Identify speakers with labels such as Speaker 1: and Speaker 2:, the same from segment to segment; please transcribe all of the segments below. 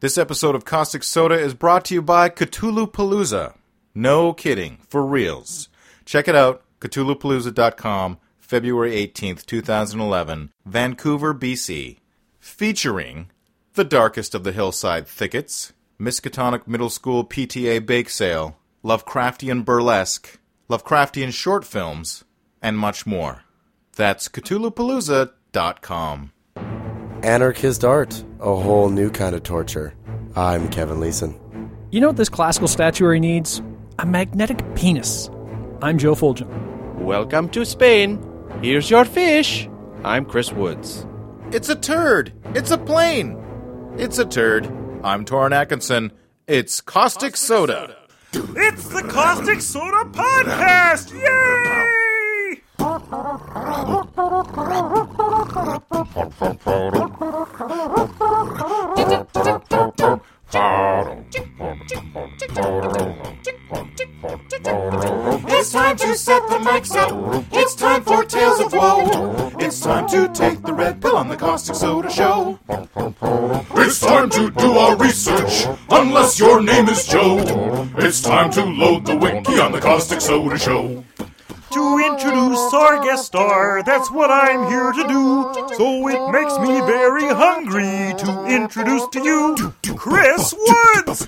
Speaker 1: This episode of Caustic Soda is brought to you by Cthulhu Palooza. No kidding, for reals. Check it out, cthulhupalooza.com, February 18th, 2011, Vancouver, BC. Featuring The Darkest of the Hillside Thickets, Miskatonic Middle School PTA Bake Sale, Lovecraftian Burlesque, Lovecraftian Short Films, and much more. That's cthulhupalooza.com.
Speaker 2: Anarchist art, a whole new kind of torture. I'm Kevin Leeson.
Speaker 3: You know what this classical statuary needs? A magnetic penis. I'm Joe Fulgen.
Speaker 4: Welcome to Spain. Here's your fish. I'm Chris Woods.
Speaker 1: It's a turd. It's a plane. It's a turd. I'm Torrin Atkinson. It's caustic, soda.
Speaker 5: It's the Caustic Soda Podcast! Yay!
Speaker 1: It's time to set the mics up. It's time for tales of woe. It's time to take the red pill on the caustic soda show.
Speaker 6: It's time to do our research, unless your name is Joe. It's time to load the wiki on the Caustic Soda Show.
Speaker 5: To introduce our guest star, that's what I'm here to do. So it makes me very hungry to introduce to you Chris Woods!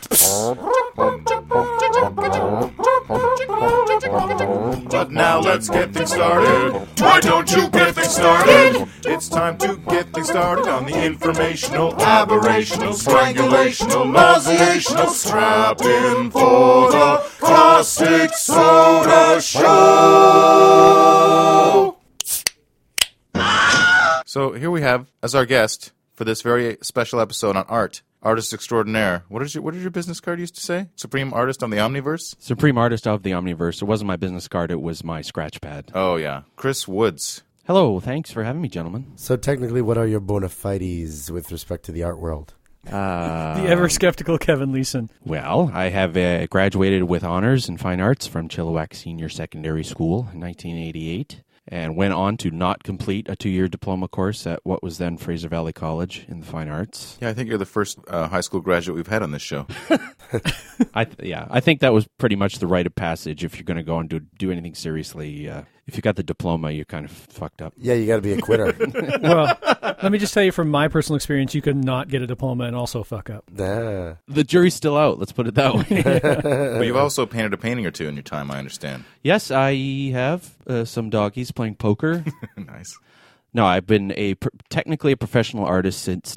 Speaker 1: But now let's get things started. Why don't you get things started? It's time to get things started on the informational, aberrational, strangulational, nauseational, strapped in for the caustic soda show. So here we have as our guest for this very special episode on art. Artist extraordinaire. What is your what did your business card used to say? Supreme artist on the omniverse?
Speaker 4: Supreme artist of the Omniverse. It wasn't my business card, it was my scratch pad.
Speaker 1: Oh yeah. Chris Woods.
Speaker 4: Hello, thanks for having me, gentlemen.
Speaker 2: So, technically, what are your bona fides with respect to the art world?
Speaker 3: The ever skeptical Kevin Leeson.
Speaker 4: Well, I have uh, graduated with honors in fine arts from Chilliwack Senior Secondary School in 1988 and went on to not complete a two year diploma course at what was then Fraser Valley College in the fine arts.
Speaker 1: Yeah, I think you're the first uh, high school graduate we've had on this show.
Speaker 4: I th- yeah, I think that was pretty much the rite of passage if you're going to go and do, do anything seriously. Uh, if you got the diploma, you're kind of fucked up.
Speaker 2: Yeah, you got to be a quitter.
Speaker 3: Well, let me just tell you from my personal experience, you could not get a diploma and also fuck up.
Speaker 2: Nah.
Speaker 4: The jury's still out, let's put it that way.
Speaker 1: but you've also painted a painting or two in your time, I understand.
Speaker 4: yes, I have uh, some doggies playing poker.
Speaker 1: nice.
Speaker 4: no, I've been a pr- technically a professional artist since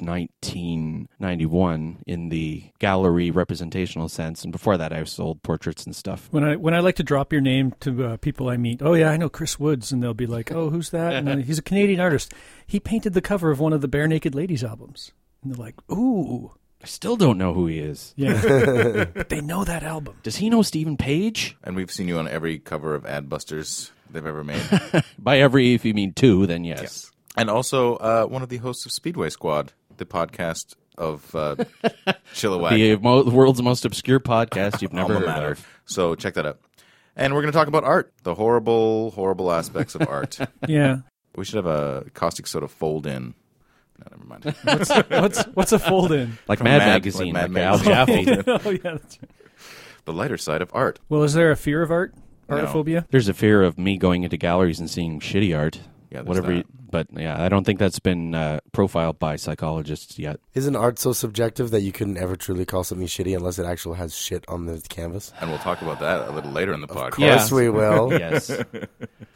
Speaker 4: 1991 in the gallery representational sense, and before that, I sold portraits and stuff.
Speaker 3: When I when I like to drop your name to uh, people I meet, oh yeah, I know Chris Woods, and they'll be like, oh, who's that? And then, he's a Canadian artist. He painted the cover of one of the Bare Naked Ladies albums, and they're like, ooh,
Speaker 4: I still don't know who he is.
Speaker 3: yeah, but they know that album.
Speaker 4: Does he know Stephen Page?
Speaker 1: And we've seen you on every cover of Adbusters they've ever made.
Speaker 4: By every, if you mean two, then yes.
Speaker 1: and also uh, one of the hosts of Speedway Squad, the podcast of uh, Chilliwack.
Speaker 4: The mo- world's most obscure podcast you've never
Speaker 1: alma
Speaker 4: heard
Speaker 1: mater.
Speaker 4: of.
Speaker 1: So check that out. And we're going to talk about art, the horrible, horrible aspects of art.
Speaker 3: Yeah,
Speaker 1: we should have a caustic soda fold in. No, never mind.
Speaker 3: what's what's a fold in?
Speaker 4: Like
Speaker 1: From
Speaker 4: Mad,
Speaker 1: Mad-
Speaker 4: Magazine,
Speaker 1: like
Speaker 4: like,
Speaker 1: Mad
Speaker 4: Al
Speaker 1: Magazine.
Speaker 4: Jaffe.
Speaker 3: oh yeah, that's right.
Speaker 1: the lighter side of art.
Speaker 3: Well, is there a fear of art?
Speaker 1: No.
Speaker 3: Artophobia?
Speaker 4: There's a fear of me going into galleries and seeing shitty art.
Speaker 1: Yeah, there's
Speaker 4: whatever.
Speaker 1: that.
Speaker 4: you- but yeah, I don't think that's been uh, profiled by psychologists yet.
Speaker 2: Isn't art so subjective that you couldn't ever truly call something shitty unless it actually has shit on the canvas?
Speaker 1: And we'll talk about that a little later in the podcast.
Speaker 4: course. Yeah.
Speaker 2: Yes, we will.
Speaker 4: Yes.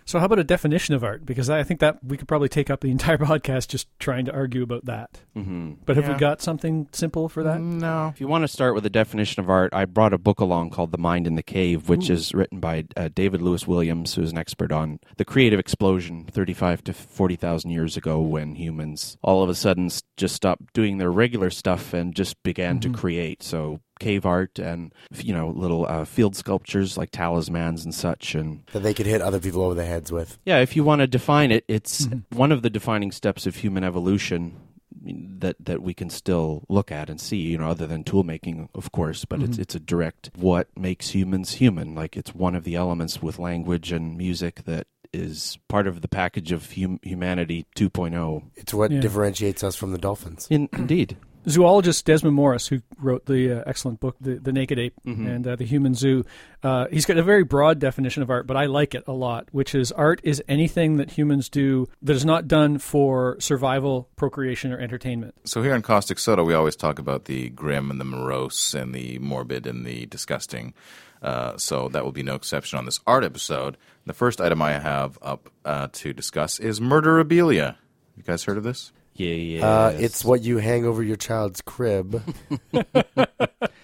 Speaker 3: So, how about a definition of art? Because I think that we could probably take up the entire podcast just trying to argue about that. Mm-hmm. But have we got something simple for that?
Speaker 1: No.
Speaker 4: if you want to start with a definition of art, I brought a book along called The Mind in the Cave, which is written by uh, David Lewis Williams, who is an expert on the creative explosion 35 to 40,000 years ago when humans all of a sudden s- just stopped doing their regular stuff and just began to create. So cave art and you know little uh, field sculptures like talismans and such and
Speaker 2: That they could hit other people over the heads with.
Speaker 4: Yeah, if you want to define it, it's
Speaker 2: Mm-hmm.
Speaker 4: one of the defining steps of human evolution that that we can still look at and see. You know, other than tool making, of course, but
Speaker 2: Mm-hmm.
Speaker 4: it's it's a direct what makes humans human. Like it's one of the elements with language and music that is part of the package of hum- humanity oh. 2.0.
Speaker 2: It's what
Speaker 3: Yeah.
Speaker 2: differentiates us from the dolphins.
Speaker 4: In, indeed.
Speaker 3: zoologist Desmond Morris, who wrote the uh, excellent book *The, the Naked Ape* and uh, *The Human Zoo*, uh, he's got a very broad definition of art, but I like it a lot. Which is, art is anything that humans do that is not done for survival, procreation, or entertainment.
Speaker 1: So here on Caustic Soda, we always talk about the grim and the morose and the morbid and the disgusting. Uh, so that will be no exception on this art episode. The first item I have up uh, to discuss is murderabilia. You guys heard of this?
Speaker 4: Yeah, yeah.
Speaker 2: Uh, It's what you hang over your child's crib.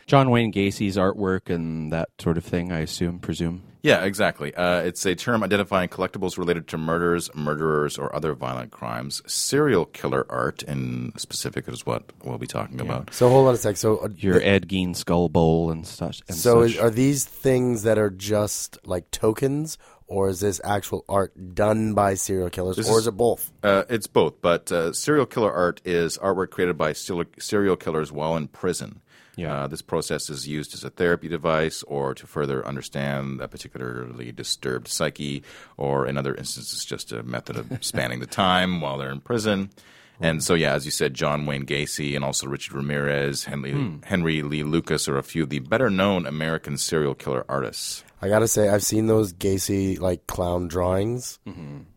Speaker 4: John Wayne Gacy's artwork and that sort of thing. I assume, presume.
Speaker 1: Yeah, exactly. Uh, it's a term identifying collectibles related to murders, murderers, or other violent crimes. Serial killer art, in specific, is what we'll be talking about.
Speaker 2: So hold on a sec. So uh,
Speaker 4: Your Ed Gein skull bowl and such. And
Speaker 2: so
Speaker 4: such.
Speaker 2: is, are these things that are just like tokens, or is this actual art done by serial killers, or is it both?
Speaker 1: Uh, it's both, but uh, serial killer art is artwork created by serial serial killers while in prison.
Speaker 4: Yeah.
Speaker 1: Uh, this process is used as a therapy device or to further understand a particularly disturbed psyche, or in other instances, just a method of spanning the time while they're in prison. And so, yeah, as you said, John Wayne Gacy and also Richard Ramirez, Henry,
Speaker 4: Hmm.
Speaker 1: Henry Lee Lucas are a few of the better known American serial killer artists.
Speaker 2: I gotta say, I've seen those Gacy like clown drawings,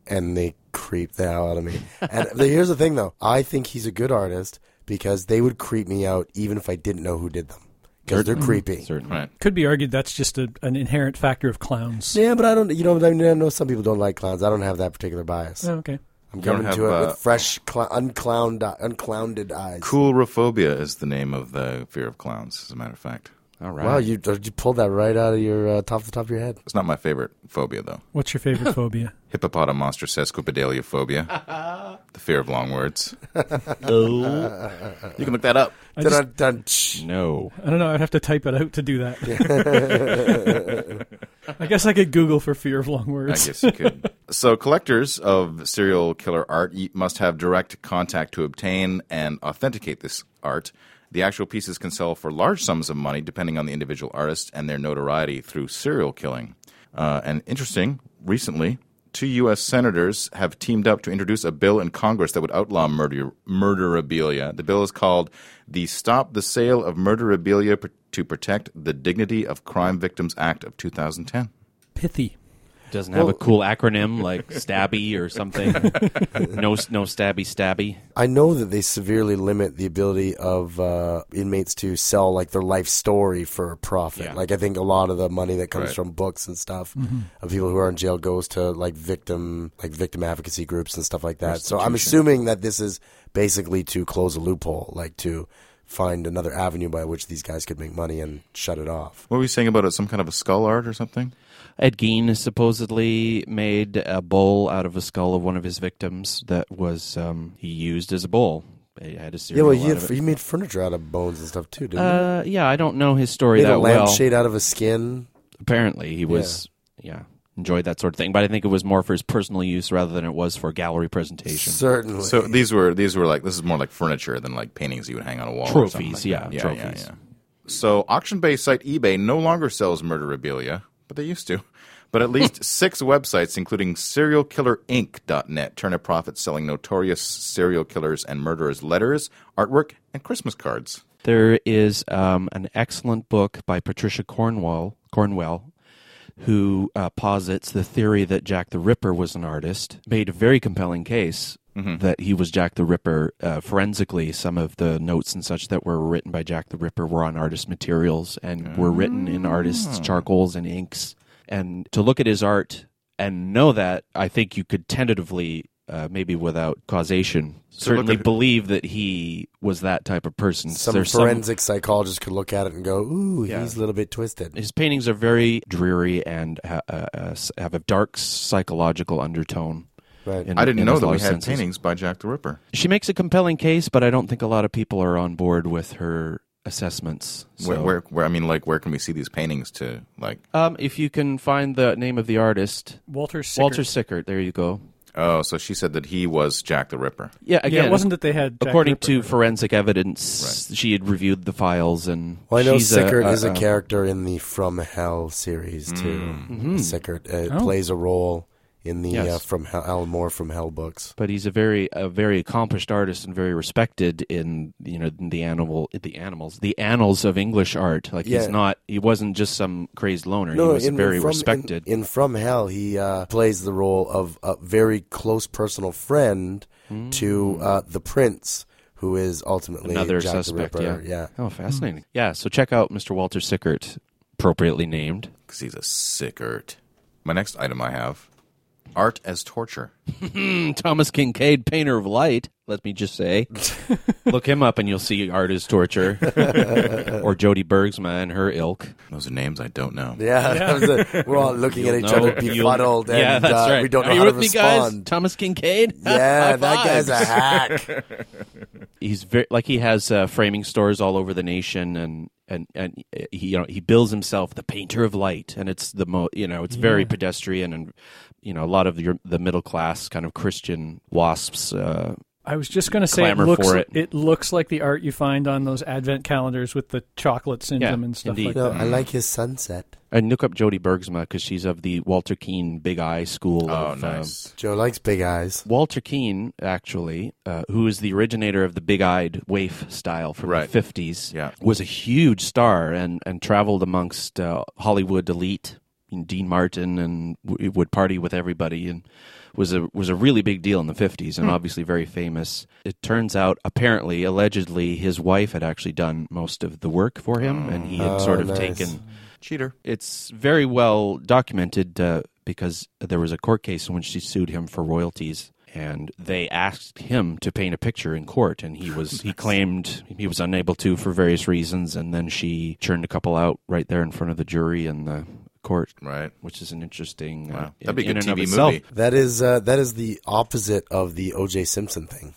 Speaker 2: and they creep the hell out of me. And the, here's the thing, though: I think he's a good artist because they would creep me out even if I didn't know who did them because they're creepy.
Speaker 4: Certainly.
Speaker 1: Right.
Speaker 3: Could be argued that's just a, an inherent factor of clowns.
Speaker 2: Yeah, but I don't. You know, I, mean, I know some people don't like clowns. I don't have that particular bias.
Speaker 3: Oh, okay.
Speaker 2: I'm
Speaker 1: don't
Speaker 2: coming
Speaker 1: have,
Speaker 2: to it
Speaker 1: uh,
Speaker 2: with fresh, cl- unclowned, unclowned eyes.
Speaker 1: Coulrophobia is the name of the fear of clowns, as a matter of fact.
Speaker 4: All right.
Speaker 2: Wow, you uh, you pulled that right out of your uh, top the top of your head.
Speaker 1: It's not my favorite phobia, though.
Speaker 3: What's your favorite phobia?
Speaker 1: hippopotam monster sesquipedalian phobia the fear of long words you can look that up
Speaker 3: I, just,
Speaker 2: Dun, dun, tsh.
Speaker 4: no.
Speaker 3: I don't know. I'd have to type it out to do that. I guess I could Google for fear of long
Speaker 1: i
Speaker 3: words.
Speaker 1: guess you could so collectors of serial killer art y- must have direct contact to obtain and authenticate this art the actual pieces can sell for large sums of money depending on the individual artist and their notoriety through serial killing uh, and interesting recently two u.s senators have teamed up to introduce a bill in congress that would outlaw murder murderabilia the bill is called the stop the sale of murderabilia Pr- to protect the dignity of crime victims act of 2010
Speaker 3: Pithy.
Speaker 4: Doesn't have a cool acronym like Stabby or something. no, s- no Stabby Stabby.
Speaker 2: I know that they severely limit the ability of uh, inmates to sell like their life story for a profit.
Speaker 4: Yeah.
Speaker 2: Like I think a lot of the money that comes
Speaker 1: Right.
Speaker 2: from books and stuff of people who are in jail goes to like victim like victim advocacy groups and stuff like that. So I'm assuming that this is basically to close a loophole, like to find another avenue by which these guys could make money and shut it off.
Speaker 1: what were you saying about it some kind of a skull art or something
Speaker 4: Ed Gein supposedly made a bowl out of a skull of one of his victims that was um, he used as a bowl. He had a
Speaker 2: Yeah,
Speaker 4: cereal
Speaker 2: well, he,
Speaker 4: out
Speaker 2: had,
Speaker 4: of it.
Speaker 2: he made furniture out of bones and stuff too, didn't he?
Speaker 4: Uh, yeah, I don't know his story
Speaker 2: Made a
Speaker 4: that well.
Speaker 2: lampshade out of a skin.
Speaker 4: Apparently, he was yeah. enjoyed that sort of thing, but I think it was more for his personal use rather than it was for gallery presentation.
Speaker 2: Certainly.
Speaker 1: so these were these were like this is more like furniture than like paintings you would hang on a wall or something
Speaker 4: trophies,
Speaker 1: like
Speaker 4: yeah,
Speaker 1: that.
Speaker 4: trophies.
Speaker 1: So, auction based site eBay no longer sells murderabilia, but they used to. But at least six websites, including serialkillerinc.net, turn a profit selling notorious serial killers and murderers' letters, artwork, and Christmas cards.
Speaker 4: There is um, an excellent book by Patricia Cornwell, Cornwell, who uh, posits the theory that Jack the Ripper was an artist. Made a very compelling case that he was Jack the Ripper. Uh, forensically, some of the notes and such that were written by Jack the Ripper were on artist materials and were written in artists' charcoals and inks. And to look at his art and know that, I think you could tentatively. Uh, maybe without causation, certainly
Speaker 1: at-
Speaker 4: believe that he was that type of person.
Speaker 2: some
Speaker 4: There's
Speaker 2: forensic psychologist could look at it and go, "Ooh, he's a little bit twisted."
Speaker 4: his paintings are very dreary and ha- uh, uh, s- have a dark psychological undertone.
Speaker 2: Right.
Speaker 4: in-
Speaker 1: I didn't
Speaker 4: in
Speaker 1: know
Speaker 4: a
Speaker 1: that
Speaker 4: lot
Speaker 1: we
Speaker 4: of
Speaker 1: had
Speaker 4: senses.
Speaker 1: paintings by Jack the Ripper.
Speaker 4: She makes a compelling case, but I don't think a lot of people are on board with her assessments. So,
Speaker 1: Where, where, where, I mean, like, where can we see these paintings to, like,
Speaker 4: Um, if you can find the name of the artist,
Speaker 3: Walter Sickert.
Speaker 4: Walter Sickert. There you go.
Speaker 1: oh, so she said that he was Jack the Ripper.
Speaker 4: Yeah, again,
Speaker 3: yeah, it wasn't that they had. Jack
Speaker 4: according
Speaker 3: Ripper.
Speaker 4: to forensic evidence, she had reviewed the files and
Speaker 2: Well, I know
Speaker 4: she's
Speaker 2: Sickert
Speaker 4: a, Mm.
Speaker 2: is a character in the From Hell series too. Sickert uh, plays a role in the
Speaker 4: Yes.
Speaker 2: uh, from Hell, Alan Moore from Hell books.
Speaker 4: but he's a very a very accomplished artist and very respected in you know the animal the animals the annals of English art. Like
Speaker 2: Yeah.
Speaker 4: he's not he wasn't just some crazed loner. he was
Speaker 2: in
Speaker 4: very
Speaker 2: From- in-
Speaker 4: respected.
Speaker 2: In, From Hell, he uh, plays the role of a very close personal friend
Speaker 4: Mm.
Speaker 2: to uh, the prince, who is ultimately
Speaker 4: Another
Speaker 2: Jack
Speaker 4: suspect.
Speaker 2: the
Speaker 4: yeah.
Speaker 2: Ripper. yeah. Hmm.
Speaker 4: Oh, fascinating. Yeah. So check out Mr. Walter Sickert, appropriately named.
Speaker 1: because he's a sickert. My next item I have art as torture.
Speaker 4: And Thomas Kincaid, painter of light. Let me just say, look him up and you'll see art is torture, or Jodie Bergsma and her ilk.
Speaker 1: Those are names I don't know.
Speaker 2: Yeah, that was it. we're all looking at each
Speaker 4: No,
Speaker 2: other
Speaker 4: you'll-
Speaker 2: befuddled, and
Speaker 4: yeah, that's
Speaker 2: uh,
Speaker 4: right.
Speaker 2: we don't know
Speaker 4: Are you
Speaker 2: how
Speaker 4: with
Speaker 2: to
Speaker 4: me, guys?
Speaker 2: respond.
Speaker 4: Thomas Kincaid.
Speaker 2: Yeah,
Speaker 4: High
Speaker 2: that guy's
Speaker 4: fives.
Speaker 2: a hack.
Speaker 4: he's very like he has uh, framing stores all over the nation and and and uh, he you know he bills himself the painter of light and it's the mo you know it's very pedestrian and you know a lot of your, the middle class kind of christian wasps uh,
Speaker 3: I was just going to say it
Speaker 4: Clamor
Speaker 3: looks,
Speaker 4: for it.
Speaker 3: looks like the art you find on those advent calendars with the chocolates in
Speaker 4: Yeah,
Speaker 3: them and stuff
Speaker 4: indeed.
Speaker 3: like
Speaker 2: No,
Speaker 3: that.
Speaker 2: I like his sunset.
Speaker 4: and look up Jodie Bergsma because she's of the Walter Keane Big Eye School.
Speaker 1: Oh,
Speaker 4: of, um,
Speaker 1: nice.
Speaker 2: Joe likes big eyes.
Speaker 4: Walter Keane, actually, uh, who is the originator of the big-eyed waif style from
Speaker 1: Right.
Speaker 4: the 50s,
Speaker 1: Yeah.
Speaker 4: was a huge star and, and traveled amongst uh, Hollywood elite, and Dean Martin, and w- would party with everybody, and was a was a really big deal in the 50s,
Speaker 1: Hmm.
Speaker 4: and obviously very famous. It turns out, apparently, allegedly, his wife had actually done most of the work for him, and he had
Speaker 1: Oh,
Speaker 4: sort of
Speaker 2: nice.
Speaker 4: taken
Speaker 1: Cheater.
Speaker 4: it's very well documented uh, because there was a court case in which she sued him for royalties and they asked him to paint a picture in court and he was he claimed he was unable to for various reasons and then she churned a couple out right there in front of the jury and the court
Speaker 1: Right.
Speaker 4: which is an interesting uh,
Speaker 1: Wow. That'd be a
Speaker 4: in-
Speaker 1: good
Speaker 4: in and
Speaker 1: TV
Speaker 4: of itself.
Speaker 1: movie.
Speaker 2: That is uh, that is the opposite of the O.J. Simpson thing.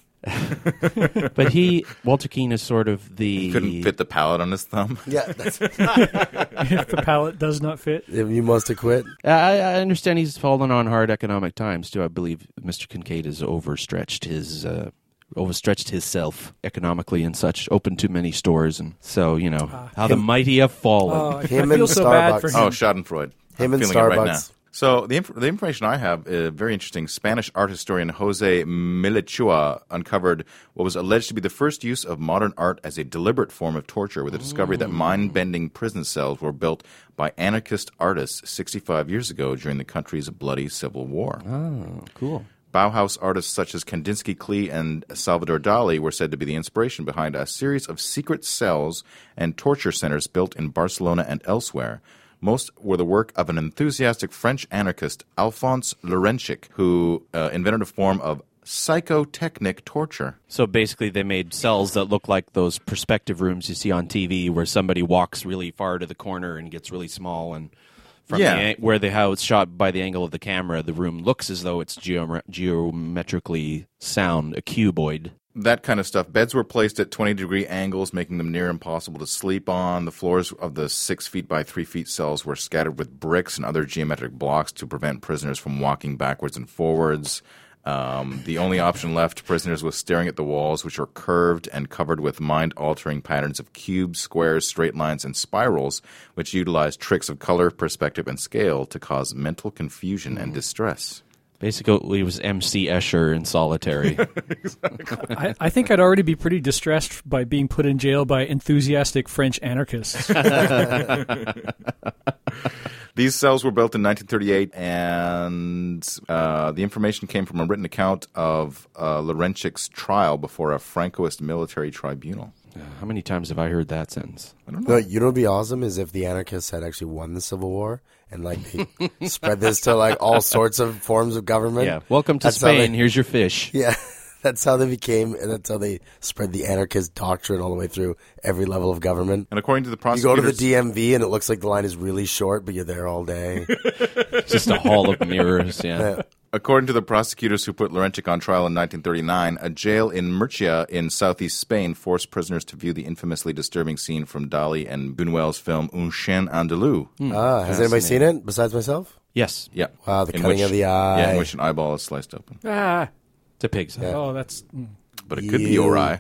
Speaker 4: but he Walter Keane is sort of the
Speaker 1: Couldn't fit the palette on his thumb.
Speaker 2: Yeah, that's,
Speaker 3: if the palette does not fit.
Speaker 2: you must have quit.
Speaker 4: I, I understand he's fallen on hard economic times too. I believe Mr. Kincaid has overstretched his uh, overstretched himself economically and such, opened too many stores, and so you know how the mighty have fallen.
Speaker 3: Oh, I, I
Speaker 2: Him
Speaker 3: feel
Speaker 2: and
Speaker 3: so bad for
Speaker 2: Starbucks.
Speaker 3: him.
Speaker 1: Oh, Schadenfreude. I'm
Speaker 2: Him and
Speaker 1: feeling it right now.
Speaker 2: Starbucks.
Speaker 1: So the, inf- the information I have, uh, very interesting. Spanish art historian Jose Milichua uncovered what was alleged to be the first use of modern art as a deliberate form of torture, with the discovery that mind-bending prison cells were built by anarchist artists 65 years ago during the country's bloody civil war.
Speaker 4: Oh, cool.
Speaker 1: Bauhaus artists such as Kandinsky, Klee, and Salvador Dali were said to be the inspiration behind a series of secret cells and torture centers built in Barcelona and elsewhere. Most were the work of an enthusiastic French anarchist, Alphonse Laurentic, who uh, invented a form of psychotechnic torture.
Speaker 4: So basically, they made cells that look like those perspective rooms you see on TV, where somebody walks really far to the corner and gets really small, and from
Speaker 1: Yeah.
Speaker 4: the, an- where the how it's shot by the angle of the camera, the room looks as though it's geome- geometrically sound, a cuboid.
Speaker 1: that kind of stuff. Beds were placed at 20 degree angles, making them near impossible to sleep on. The floors of the six feet by three feet cells were scattered with bricks and other geometric blocks to prevent prisoners from walking backwards and forwards. Um, the only option left to prisoners was staring at the walls, which were curved and covered with mind altering patterns of cubes, squares, straight lines, and spirals, which utilized tricks of color, perspective, and scale to cause mental confusion and distress.
Speaker 4: Basically, it was MC Escher in solitary.
Speaker 3: I, I think I'd already be pretty distressed by being put in jail by enthusiastic French anarchists.
Speaker 1: These cells were built in 1938, and uh, the information came from a written account of uh, Laurentiic's trial before a Francoist military tribunal.
Speaker 4: How many times have I heard that sentence?
Speaker 2: No, you know, what'd be awesome is if the anarchists had actually won the Civil War and like they spread this to like all sorts of forms of government.
Speaker 4: Yeah. Welcome to
Speaker 2: That's how
Speaker 4: Spain.
Speaker 2: they-
Speaker 4: Here's your fish.
Speaker 2: Yeah, that's how they became, and that's how they spread the anarchist doctrine all the way through every level of government.
Speaker 1: And according to the
Speaker 2: You go to the
Speaker 1: prosecutors,
Speaker 2: DMV, and it looks like the line is really short, but you're there all day.
Speaker 4: Just a hall of mirrors. Yeah.
Speaker 1: according to the prosecutors who put Laurentic on trial in 1939, a jail in Murcia in southeast Spain forced prisoners to view the infamously disturbing scene from Dali and Buñuel's film Un Chien Andalou.
Speaker 2: ah, has anybody seen it besides myself?
Speaker 4: Yes.
Speaker 1: Yeah,
Speaker 2: Wow, the
Speaker 1: In
Speaker 2: cutting
Speaker 1: which-
Speaker 2: of the
Speaker 1: Yeah,
Speaker 2: eye.
Speaker 1: in which an eyeball is sliced open.
Speaker 3: ah,
Speaker 4: To pigs.
Speaker 3: oh, that's mm.
Speaker 1: but it could be Ori.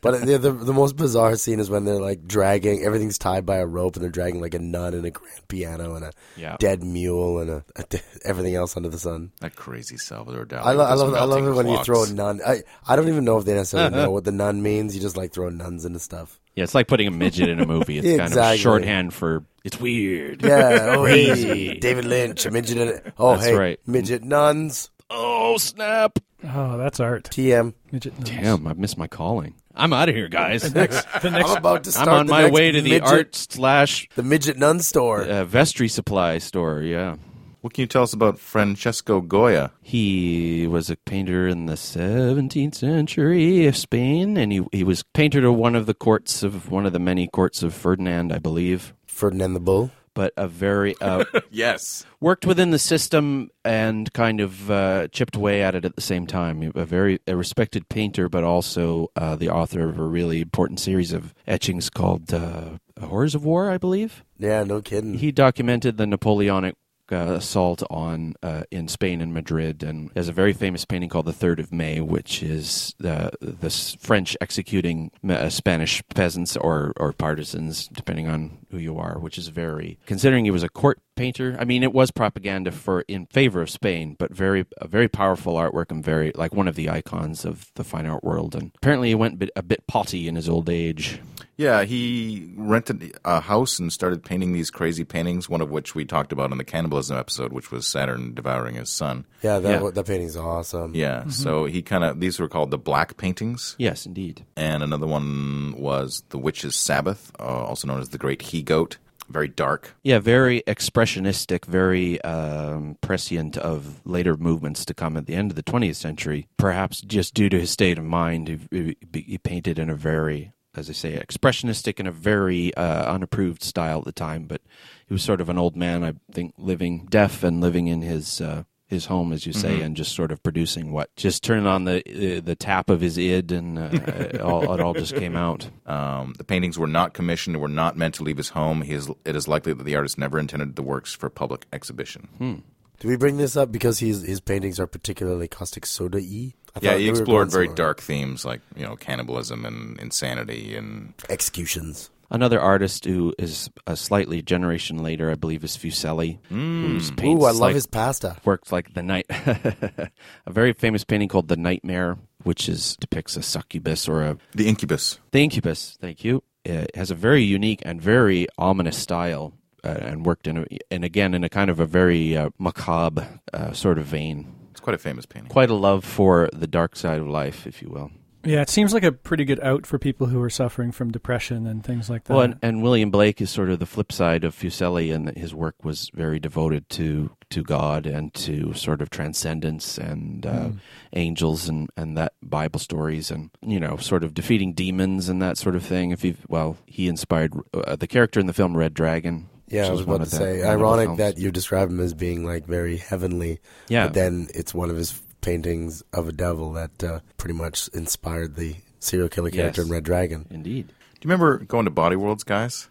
Speaker 2: But uh, the, the the most bizarre scene is when they're like dragging everything's tied by a rope and they're dragging like a nun and a grand piano and a
Speaker 4: Yeah.
Speaker 2: dead mule and a, a de- everything else under the sun.
Speaker 1: That crazy Salvador Dali.
Speaker 2: I, lo- I
Speaker 1: with
Speaker 2: love
Speaker 1: his
Speaker 2: I love
Speaker 1: melting
Speaker 2: it when you
Speaker 1: clocks.
Speaker 2: throw a nun. I I don't even know if they necessarily know what the nun means. You just like throw nuns into stuff.
Speaker 4: Yeah, it's like putting a midget in a movie. It's kind
Speaker 2: Exactly.
Speaker 4: of shorthand for it's weird.
Speaker 2: Yeah, oh, hey,
Speaker 4: Crazy.
Speaker 2: David Lynch, a midget. In it. Oh,
Speaker 4: That's
Speaker 2: hey,
Speaker 4: right.
Speaker 2: midget nuns.
Speaker 4: Oh snap!
Speaker 3: Oh, that's art.
Speaker 2: TM.
Speaker 3: Midget nuns.
Speaker 4: Damn, I've missed my calling. I'm out of here, guys.
Speaker 3: The next
Speaker 2: I'm about to start.
Speaker 4: I'm on
Speaker 2: the
Speaker 4: my
Speaker 2: next
Speaker 4: way to the
Speaker 2: midget,
Speaker 4: art slash
Speaker 2: the midget nun store.
Speaker 4: uh, vestry supply store. Yeah.
Speaker 1: What can you tell us about Francesco Goya?
Speaker 4: He was a painter in the 17th century of Spain, and he, he was painter to one of the courts of one of the many courts of Ferdinand, I believe.
Speaker 2: Ferdinand the Bull.
Speaker 4: But a very uh,
Speaker 1: Yes.
Speaker 4: worked within the system and kind of uh, chipped away at it at the same time. A very a respected painter, but also uh, the author of a really important series of etchings called uh, "Horrors of War," I believe.
Speaker 2: Yeah, no kidding.
Speaker 4: He documented the Napoleonic uh, assault on uh, in Spain and Madrid, and has a very famous painting called "The Third of May," which is the the s- French executing uh, Spanish peasants or or partisans, depending on who you are. Which is very considering he was a court painter. I mean, it was propaganda for in favor of Spain, but very a very powerful artwork and very like one of the icons of the fine art world. And apparently, he went a bit, a bit potty in his old age.
Speaker 1: Yeah, he rented a house and started painting these crazy paintings, one of which we talked about in the cannibalism episode, which was Saturn devouring his son.
Speaker 2: yeah, that
Speaker 4: Yeah.
Speaker 2: that painting's awesome.
Speaker 1: Yeah, so he kind of, these were called the Black Paintings,
Speaker 4: Yes, indeed.
Speaker 1: and another one was The Witch's Sabbath, uh, also known as The Great He Goat. Very dark.
Speaker 4: Yeah, very expressionistic, very um, prescient of later movements to come at the end of the 20th century. Perhaps just due to his state of mind, he, he, he painted in a very, as I say, expressionistic and a very uh, unapproved style at the time. But he was sort of an old man, I think, living deaf and living in his. Uh, his home, as you say, and just sort of producing what just turning on the uh, the tap of his id, and uh, it, all, it all just came out.
Speaker 1: Um, the paintings were not commissioned, were not meant to leave his home. He is, it is likely that the artist never intended the works for public exhibition.
Speaker 2: Did we bring this up because his his paintings are particularly caustic soda y?
Speaker 1: Yeah, he explored very dark themes like you know cannibalism and insanity and
Speaker 2: executions.
Speaker 4: Another artist who is a slightly generation later, I believe, is Fuseli, who's paints
Speaker 2: Mm. Ooh, I love
Speaker 4: like-
Speaker 2: his pasta.
Speaker 4: worked like the night. a very famous painting called "The Nightmare," which is depicts a succubus or a
Speaker 1: the incubus.
Speaker 4: the incubus. Thank you. It has a very unique and very ominous style, uh, and worked in a, and again in a kind of a very uh, macabre uh, sort of vein.
Speaker 1: It's quite a famous painting.
Speaker 4: Quite a love for the dark side of life, if you will.
Speaker 3: Yeah, it seems like a pretty good out for people who are suffering from depression and things like that.
Speaker 4: Well, and, and William Blake is sort of the flip side of Fuseli, and his work was very devoted to to God and to sort of transcendence and uh, angels and and that Bible stories and you know sort of defeating demons and that sort of thing. If you well, he inspired uh, the character in the film Red Dragon.
Speaker 2: Yeah,
Speaker 4: which
Speaker 2: I was
Speaker 4: one
Speaker 2: about to
Speaker 4: of the-
Speaker 2: say.
Speaker 4: one of the
Speaker 2: Ironic
Speaker 4: films.
Speaker 2: that you describe him as being like very heavenly.
Speaker 4: Yeah.
Speaker 2: But then it's one of his paintings of a devil that uh, pretty much inspired the serial killer character
Speaker 4: Yes.
Speaker 2: in Red Dragon.
Speaker 4: Indeed.
Speaker 1: Do you remember going to Body Worlds, guys?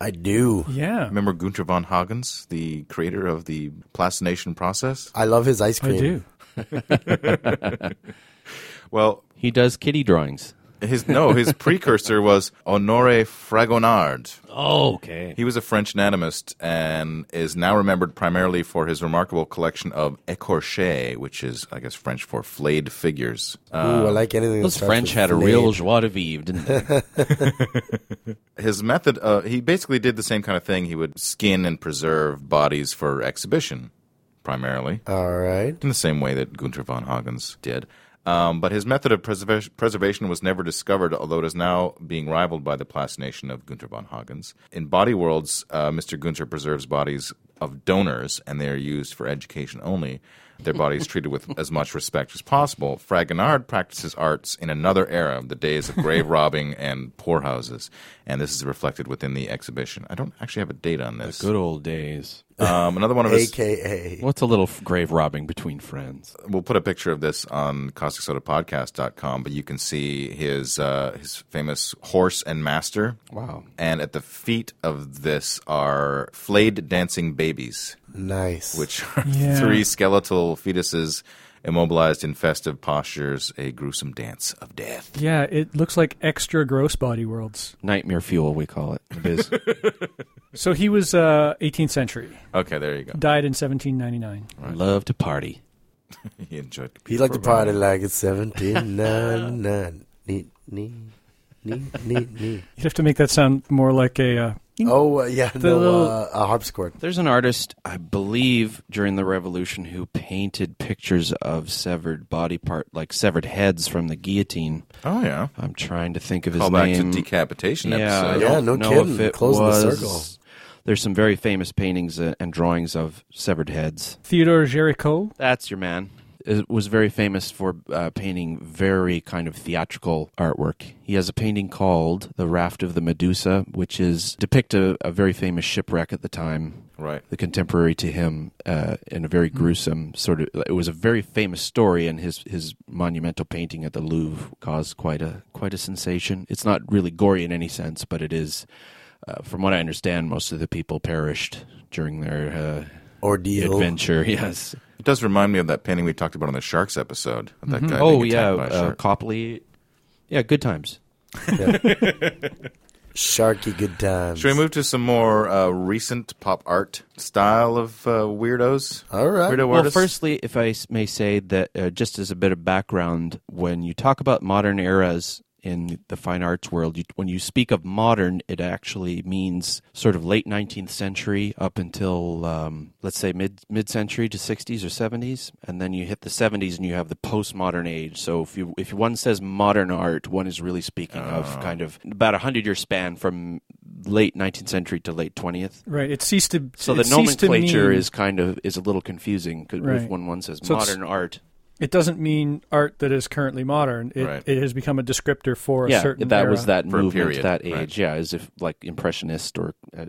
Speaker 2: I do.
Speaker 3: yeah,
Speaker 1: Remember Gunther von Hagens, the creator of the plastination process?
Speaker 2: I love his ice
Speaker 3: I
Speaker 2: cream.
Speaker 3: do.
Speaker 1: Well,
Speaker 4: He does kitty drawings.
Speaker 1: his no, his precursor was Honore Fragonard.
Speaker 4: Oh, okay.
Speaker 1: He was a French anatomist and is now remembered primarily for his remarkable collection of écorchés, which is, I guess, French for flayed figures.
Speaker 2: Ooh, I like anything. that
Speaker 4: Those
Speaker 2: starts
Speaker 4: French
Speaker 2: with
Speaker 4: had a
Speaker 2: flayed.
Speaker 4: real joie de vivre, didn't they?
Speaker 1: his method uh, he basically did the same kind of thing he would skin and preserve bodies for exhibition primarily
Speaker 2: All right.
Speaker 1: in the same way that Gunther von Hagens did um, but his method of preserva- preservation was never discovered, although it is now being rivaled by the plastination of Gunther von Hagens. In Body Worlds, uh, Mr. Gunther preserves bodies of donors, and they are used for education only. Their bodies treated with as much respect as possible. Fragonard practices arts in another era, the days of grave robbing and poorhouses, and this is reflected within the exhibition. I don't actually have a date on this.
Speaker 4: Good old days.
Speaker 1: Um, another one of his
Speaker 2: AKA.
Speaker 4: What's a little grave robbing between friends?
Speaker 1: we'll put a picture of this on causticsodapodcast.com, but you can see his uh, his famous horse and master.
Speaker 4: Wow.
Speaker 1: And at the feet of this are flayed dancing babies,
Speaker 2: Nice.
Speaker 1: which are
Speaker 3: Yeah.
Speaker 1: three skeletal fetuses immobilized in festive postures, a gruesome dance of death.
Speaker 3: Yeah, it looks like extra gross body worlds.
Speaker 4: Nightmare fuel, we call it. It is.
Speaker 3: So he was uh, 18th century,
Speaker 1: Okay, there you go.
Speaker 3: died in 1799.
Speaker 4: Love to party.
Speaker 1: He enjoyed.
Speaker 2: He liked to party like it's 1799. Neat, neat, neat, neat, neat.
Speaker 3: You'd have to make that sound more like a. Uh,
Speaker 2: Oh, uh, yeah, no,
Speaker 3: little-
Speaker 2: uh, a harpsichord.
Speaker 4: There's an artist, I believe, during the Revolution who painted pictures of severed body part, like severed heads from the guillotine.
Speaker 1: Oh yeah.
Speaker 4: I'm trying to think of his
Speaker 1: Call back
Speaker 4: name.
Speaker 1: to decapitation
Speaker 4: yeah, I
Speaker 1: episode.
Speaker 2: Yeah,
Speaker 4: don't
Speaker 2: no
Speaker 4: know
Speaker 2: kidding.
Speaker 4: If it
Speaker 2: Closing the
Speaker 4: was.
Speaker 2: circle.
Speaker 4: There's some very famous paintings uh, and drawings of severed heads.
Speaker 3: Theodore Géricault.
Speaker 4: That's your man. It was very famous for uh, painting very kind of theatrical artwork. He has a painting called "The Raft of the Medusa," which is depict a, a very famous shipwreck at the time
Speaker 1: Right.
Speaker 4: the contemporary to him uh, in a very gruesome sort of it was a very famous story and his his monumental painting at the Louvre caused quite a quite a sensation it's not really gory in any sense but it is uh, from what I understand most of the people perished during their uh,
Speaker 2: Ordeal.
Speaker 4: adventure yes
Speaker 1: It does remind me of that painting we talked about on the sharks episode. of That guy
Speaker 4: oh
Speaker 1: being
Speaker 4: yeah
Speaker 1: attacked by a
Speaker 4: uh,
Speaker 1: shark.
Speaker 4: Copley yeah good times
Speaker 2: Sharky good times.
Speaker 1: Should we move to some more uh, recent pop art style of uh, weirdos?
Speaker 2: All right.
Speaker 1: Weirdo
Speaker 4: Well,
Speaker 1: artists?
Speaker 4: firstly, if I s- may say that uh, just as a bit of background, when you talk about modern eras in the fine arts world, you, when you speak of modern, it actually means sort of late 19th century up until, um, let's say, mid mid century to 60s or 70s, and then you hit the 70s and you have the postmodern age. So if you if one says modern art, one is really speaking of kind of about a hundred year span from late 19th century to late 20th.
Speaker 3: Right, it ceased to.
Speaker 4: So
Speaker 3: it
Speaker 4: the
Speaker 3: ceased to
Speaker 4: nomenclature
Speaker 3: mean-
Speaker 4: is kind of is a little confusing because
Speaker 3: Right.
Speaker 4: when one says
Speaker 3: So it's-
Speaker 4: modern art,
Speaker 3: It doesn't mean art that is currently modern. It,
Speaker 1: Right.
Speaker 3: it has become a descriptor for a
Speaker 4: yeah,
Speaker 3: certain.
Speaker 4: that
Speaker 3: era.
Speaker 4: was that
Speaker 1: For a
Speaker 4: movement,
Speaker 1: period,
Speaker 4: that age,
Speaker 1: right.
Speaker 4: yeah, as if like impressionist or uh,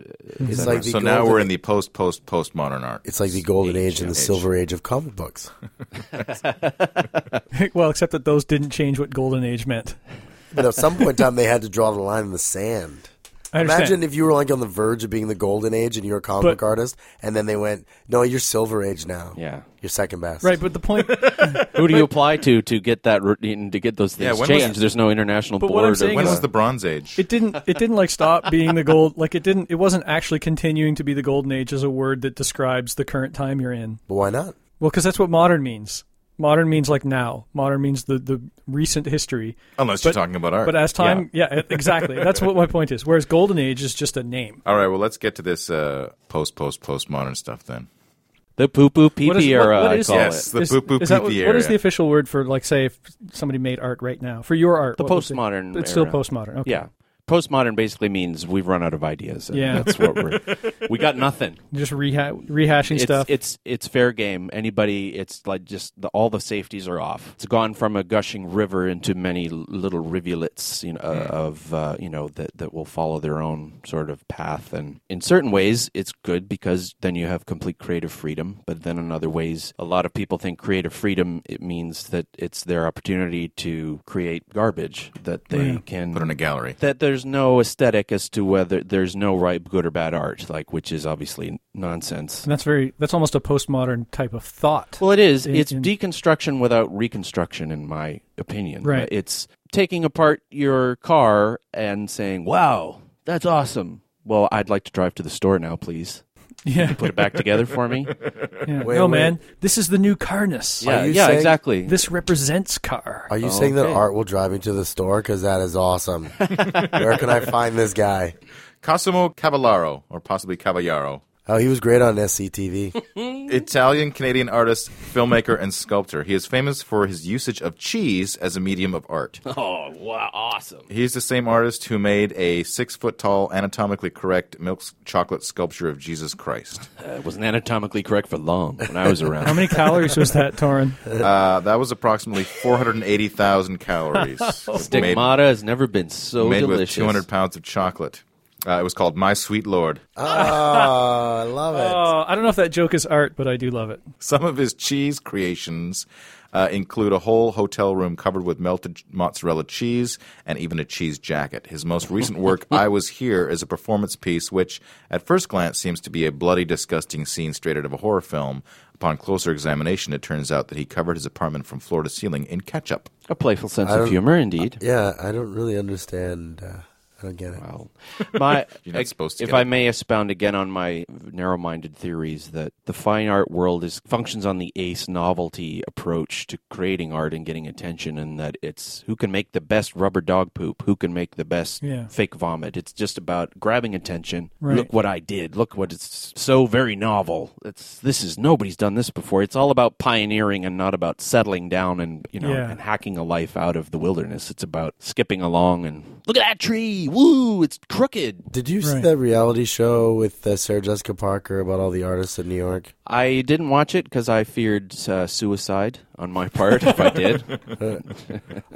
Speaker 2: It's
Speaker 4: etc.
Speaker 2: like the
Speaker 1: so now
Speaker 2: golden-
Speaker 1: we're in the post post post modern art.
Speaker 2: It's like the golden age,
Speaker 4: Age,
Speaker 2: and the
Speaker 1: yeah.
Speaker 2: silver age of comic books.
Speaker 3: well, except that those didn't change what golden age meant.
Speaker 2: But at some point in time, they had to draw the line in the sand.
Speaker 3: I understand.
Speaker 2: Imagine if you were like on the verge of being the golden age, and you're a comic
Speaker 3: But-
Speaker 2: book artist, and then they went, "No, you're silver age now.
Speaker 4: yeah.
Speaker 2: You're second best."
Speaker 3: right, but the point.
Speaker 4: Who do you apply to to get that ro- in- to get those
Speaker 1: Yeah,
Speaker 4: things
Speaker 1: when was-
Speaker 4: changed? There's no international
Speaker 3: But
Speaker 4: board.
Speaker 3: what I'm
Speaker 4: of-
Speaker 3: saying
Speaker 1: when
Speaker 3: is-
Speaker 1: was the Bronze Age?
Speaker 3: It didn't. It didn't like stop being the gold. Like it didn't. It wasn't actually continuing to be the golden age as a word that describes the current time you're in.
Speaker 2: But why not?
Speaker 3: Well, because that's what modern means. Modern means like now. Modern means the the recent history.
Speaker 1: Unless you're
Speaker 3: but-
Speaker 1: talking about art.
Speaker 3: But as time, yeah, e- exactly. That's what my point is. Whereas golden age is just a name.
Speaker 1: All right, well, let's get to this uh, post post post modern stuff then.
Speaker 4: the poo poo pee
Speaker 3: What is-
Speaker 4: pee
Speaker 3: what-
Speaker 4: era.
Speaker 3: what
Speaker 4: I
Speaker 3: is-
Speaker 4: call
Speaker 1: yes,
Speaker 4: it
Speaker 1: the
Speaker 3: Is-
Speaker 1: boop boop
Speaker 3: is that
Speaker 1: pee pee
Speaker 3: what- What
Speaker 1: area.
Speaker 3: is the official word for like say if somebody made art right now for your art?
Speaker 4: the
Speaker 3: what was it?
Speaker 4: postmodern.
Speaker 3: It's still
Speaker 4: era.
Speaker 3: postmodern. Okay.
Speaker 4: Yeah, postmodern basically means we've run out of ideas. and
Speaker 3: Yeah.
Speaker 4: that's what we're we got nothing.
Speaker 3: Just reha- rehashing
Speaker 4: it's,
Speaker 3: stuff.
Speaker 4: It's it's fair game. Anybody, it's like just the, all the safeties are off. It's gone from a gushing river into many l- little rivulets, you know, uh, of uh, you know that that will follow their own sort of path. And in certain ways, it's good because then you have complete creative freedom. But then in other ways, a lot of people think creative freedom it means that it's their opportunity to create garbage that they can
Speaker 1: Put in a gallery.
Speaker 4: that there's no aesthetic as to whether there's no right good or bad art like which is obviously nonsense
Speaker 3: and that's very. That's almost a postmodern type of thought.
Speaker 4: well, it is. it's
Speaker 3: in-
Speaker 4: deconstruction without reconstruction, in my opinion.
Speaker 3: Right.
Speaker 4: Uh, It's taking apart your car and saying, "Wow, that's awesome." Well, I'd like to drive to the store now, please.
Speaker 3: yeah.
Speaker 4: Put it back together for me.
Speaker 3: yeah.
Speaker 2: Wait,
Speaker 3: no
Speaker 2: wait.
Speaker 3: man, this is the new Carnus.
Speaker 4: Yeah,
Speaker 2: you
Speaker 4: yeah,
Speaker 2: saying-
Speaker 4: exactly.
Speaker 3: This represents car.
Speaker 2: Are you saying that
Speaker 4: Okay.
Speaker 2: art will drive me to the store? Because that is awesome. Where can I find this guy?
Speaker 1: Cosimo Cavallaro, or possibly Cavallaro.
Speaker 2: Oh, he was great on SCTV.
Speaker 1: Italian Canadian artist, filmmaker, and sculptor. He is famous for his usage of cheese as a medium of art.
Speaker 4: oh, wow, awesome.
Speaker 1: He's the same artist who made a six foot tall, anatomically correct milk s- chocolate sculpture of Jesus Christ.
Speaker 4: It wasn't anatomically correct for long when I was
Speaker 3: How
Speaker 4: around.
Speaker 3: many calories was that, Torin?
Speaker 1: Uh, that was approximately 480,000 calories. made
Speaker 4: Stigmata has never been so
Speaker 1: made with
Speaker 4: delicious.
Speaker 1: 200 pounds of chocolate. Uh, it was called My Sweet Lord.
Speaker 2: oh, I love it.
Speaker 3: Oh. Uh, I don't know if that joke is art, but I do love it.
Speaker 1: Some of his cheese creations uh, include a whole hotel room covered with melted mozzarella cheese and even a cheese jacket. His most recent work, I Was Here, is a performance piece which, at first glance, seems to be a bloody, disgusting scene straight out of a horror film. Upon closer examination, it turns out that he covered his apartment from floor to ceiling in ketchup.
Speaker 4: A playful sense of humor, indeed.
Speaker 2: Yeah, I don't really understand. Uh, I don't get it.
Speaker 4: Well, my
Speaker 1: You're not supposed to
Speaker 4: if
Speaker 1: get
Speaker 4: I
Speaker 1: it.
Speaker 4: may expound again on my narrow-minded theories that the fine art world is functions on the ace novelty approach to creating art and getting attention, and that it's who can make the best rubber dog poop, who can make the best
Speaker 3: Yeah.
Speaker 4: fake vomit. It's just about grabbing attention.
Speaker 3: Right.
Speaker 4: Look what I did. Look what it's so very novel. It's this is nobody's done this before. It's all about pioneering and not about settling down and you know
Speaker 3: Yeah.
Speaker 4: and hacking a life out of the wilderness. It's about skipping along and look at that tree. Woo, it's crooked.
Speaker 2: Did you see
Speaker 3: Right.
Speaker 2: that reality show with uh, Sarah Jessica Parker about all the artists in New York?
Speaker 4: I didn't watch it because I feared uh, suicide on my part if I did.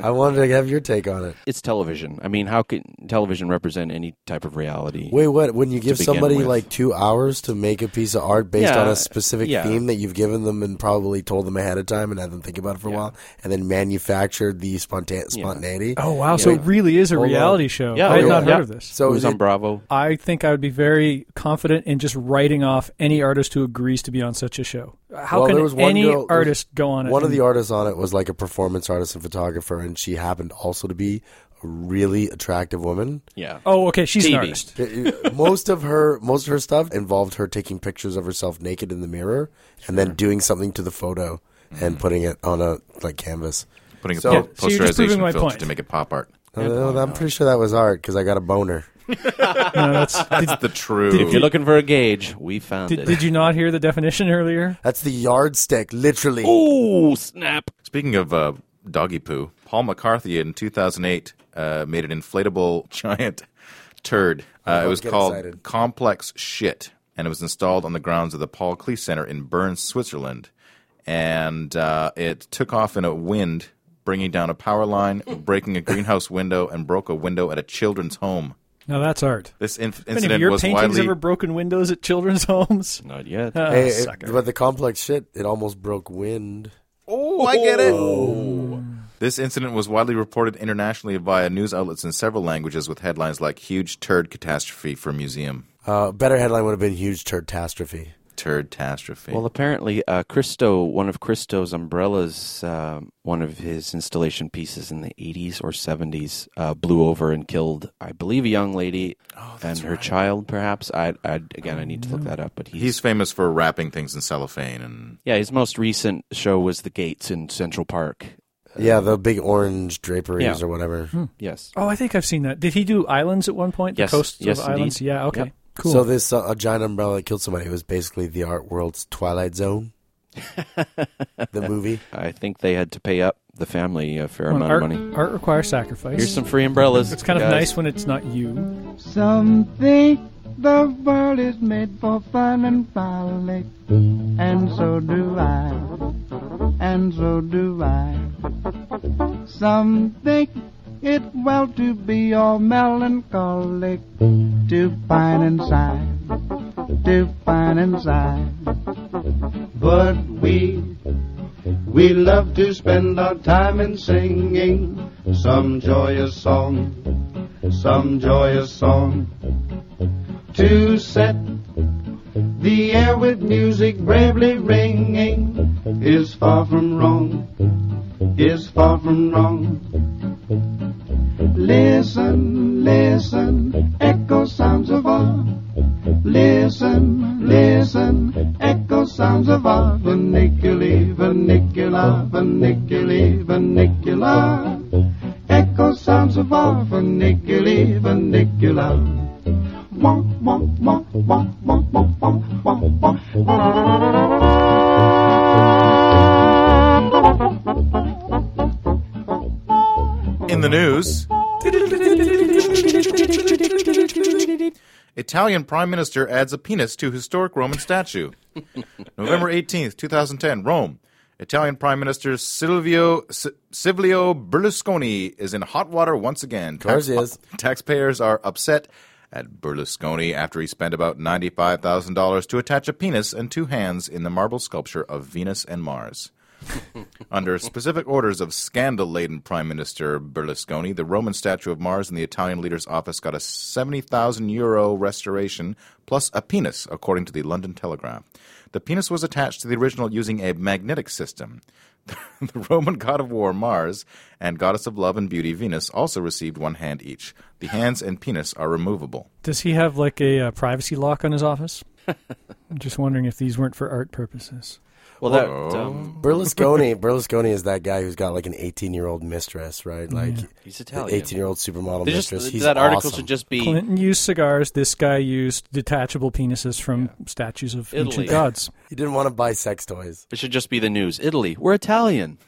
Speaker 2: I wanted to have your take on it.
Speaker 4: It's television. I mean, how can television represent any type of reality?
Speaker 2: Wait, what? When you give
Speaker 4: begin
Speaker 2: somebody
Speaker 4: with.
Speaker 2: like two hours to make a piece of art based
Speaker 4: Yeah,
Speaker 2: on a specific
Speaker 4: yeah.
Speaker 2: theme that you've given them and probably told them ahead of time and had them think about it for a while, and then manufactured the spontan- spontaneity.
Speaker 3: Oh wow! So it really is a
Speaker 2: Hold on.
Speaker 3: reality show.
Speaker 4: Yeah,
Speaker 3: I had
Speaker 4: yeah,
Speaker 3: not
Speaker 4: yeah.
Speaker 3: heard of this.
Speaker 4: it
Speaker 2: So
Speaker 4: was
Speaker 2: it-
Speaker 4: on Bravo.
Speaker 3: I think I would be very confident in just writing off any artist who agrees to be on such a show. How
Speaker 2: well,
Speaker 3: can
Speaker 2: there was one
Speaker 3: any
Speaker 2: girl- there was-
Speaker 3: artist go on it?
Speaker 2: One of
Speaker 3: and-
Speaker 2: the artists on it was like a performance artist and photographer, and she happened also to be a really attractive woman.
Speaker 4: Yeah.
Speaker 3: oh, okay, she's an
Speaker 4: TV.
Speaker 3: artist.
Speaker 2: most of her most of her stuff involved her taking pictures of herself naked in the mirror and then doing something to the photo and
Speaker 4: Mm.
Speaker 2: putting it on a like canvas.
Speaker 1: Putting a
Speaker 2: So-
Speaker 1: po-
Speaker 3: So you're just proving
Speaker 1: posterization
Speaker 3: my
Speaker 1: filter
Speaker 3: point.
Speaker 1: to make it pop art.
Speaker 2: No, no, I'm pretty sure that was art because I got a boner.
Speaker 3: No, that's, did,
Speaker 1: That's the true.
Speaker 4: If you're looking for a gauge, we found
Speaker 3: did,
Speaker 4: it.
Speaker 3: did you not hear the definition earlier?
Speaker 2: That's the yardstick, literally.
Speaker 4: oh, snap.
Speaker 1: Speaking of uh, doggy poo, Paul McCarthy in 2008 uh, made an inflatable giant turd. Uh, it was
Speaker 2: get
Speaker 1: called
Speaker 2: excited.
Speaker 1: Complex Shit, and it was installed on the grounds of the Paul Klee Center in Bern, Switzerland. And uh, it took off in a wind, bringing down a power line, breaking a greenhouse window, and broke a window at a children's home.
Speaker 3: No, that's art.
Speaker 1: This inf-
Speaker 3: Have Any of
Speaker 1: incident
Speaker 3: your
Speaker 1: was
Speaker 3: paintings
Speaker 1: widely.
Speaker 3: ever broken windows at children's homes?
Speaker 4: Not yet.
Speaker 3: Ah,
Speaker 2: Hey, it-
Speaker 3: sucker.
Speaker 2: but the complex shit, it almost broke wind.
Speaker 1: Oh, I get it. This incident was widely reported internationally via news outlets in several languages with headlines like Huge Turd Catastrophe for Museum.
Speaker 2: Uh, better headline would have been huge turtastrophe.
Speaker 1: Turd Catastrophe.
Speaker 4: Well, apparently, uh, Christo, one of Christo's umbrellas, um one of his installation pieces in the 80s or 70s, uh, blew over and killed, I believe, a young lady and her child, perhaps. I, I again, I need to look that up, but he's,
Speaker 1: He's famous for wrapping things in cellophane and
Speaker 4: yeah, his most recent show was The Gates in Central Park.
Speaker 2: Yeah, the big orange draperies
Speaker 4: Uh, Yeah. Hmm,
Speaker 2: or whatever.
Speaker 4: Yes,
Speaker 3: oh, I think I've seen that. Did he do islands at one point?
Speaker 4: Yes,
Speaker 3: The coasts
Speaker 4: yes,
Speaker 3: of
Speaker 4: indeed.
Speaker 3: islands? Yeah, okay.
Speaker 4: Yep.
Speaker 3: Cool.
Speaker 2: So this uh, a giant umbrella that killed somebody was basically the art world's Twilight Zone. the movie.
Speaker 4: I think they had to pay up the family a fair
Speaker 3: Well,
Speaker 4: amount
Speaker 3: art,
Speaker 4: of money.
Speaker 3: art requires sacrifice.
Speaker 4: Here's some free umbrellas.
Speaker 3: it's kind of nice when it's not you.
Speaker 7: Some think the world is made for fun and frolic, and so do I, and so do I. Some think it well to be all melancholic, to pine and sigh, to pine and sigh. But we, we love to spend our time in singing some joyous song some joyous song to set the air with music bravely ringing is far from wrong is far from wrong listen listen echo sounds of all Listen, listen, echo sounds of our vernacular, vernacular, vernacular, vernacular. Echo sounds of our vernacular, vernacular. Wah, wah, wah, wah, wah, wah, wah, wah, wah.
Speaker 1: in the news. Italian Prime Minister adds a penis to historic Roman statue. November 18th, 2010, Rome. Italian Prime Minister Silvio S- Silvio Berlusconi is in hot water once again. Of
Speaker 2: course he is.
Speaker 1: Taxpayers are upset at Berlusconi after he spent about $95,000 to attach a penis and two hands in the marble sculpture of Venus and Mars. Under specific orders of scandal laden Prime Minister Berlusconi, the Roman statue of Mars in the Italian leader's office got a 70,000 euro restoration plus a penis, according to the London Telegraph. The penis was attached to the original using a magnetic system. The Roman god of war Mars and goddess of love and beauty Venus also received one hand each. The hands and penis are removable.
Speaker 3: Does he have like a uh, privacy lock on his office? I'm just wondering if these weren't for art purposes.
Speaker 4: Well, that um,
Speaker 2: Berlusconi. Berlusconi is that guy who's got like an 18 year old mistress, right? Like
Speaker 4: he's
Speaker 2: the
Speaker 4: Italian.
Speaker 2: 18 year old supermodel
Speaker 4: They
Speaker 2: mistress.
Speaker 4: Just,
Speaker 2: He's
Speaker 4: that article
Speaker 2: awesome.
Speaker 4: should just be
Speaker 3: Clinton used cigars. This guy used detachable penises from statues of
Speaker 4: Italy.
Speaker 3: ancient gods.
Speaker 2: He didn't want to buy sex toys.
Speaker 4: It should just be the news. Italy, we're Italian.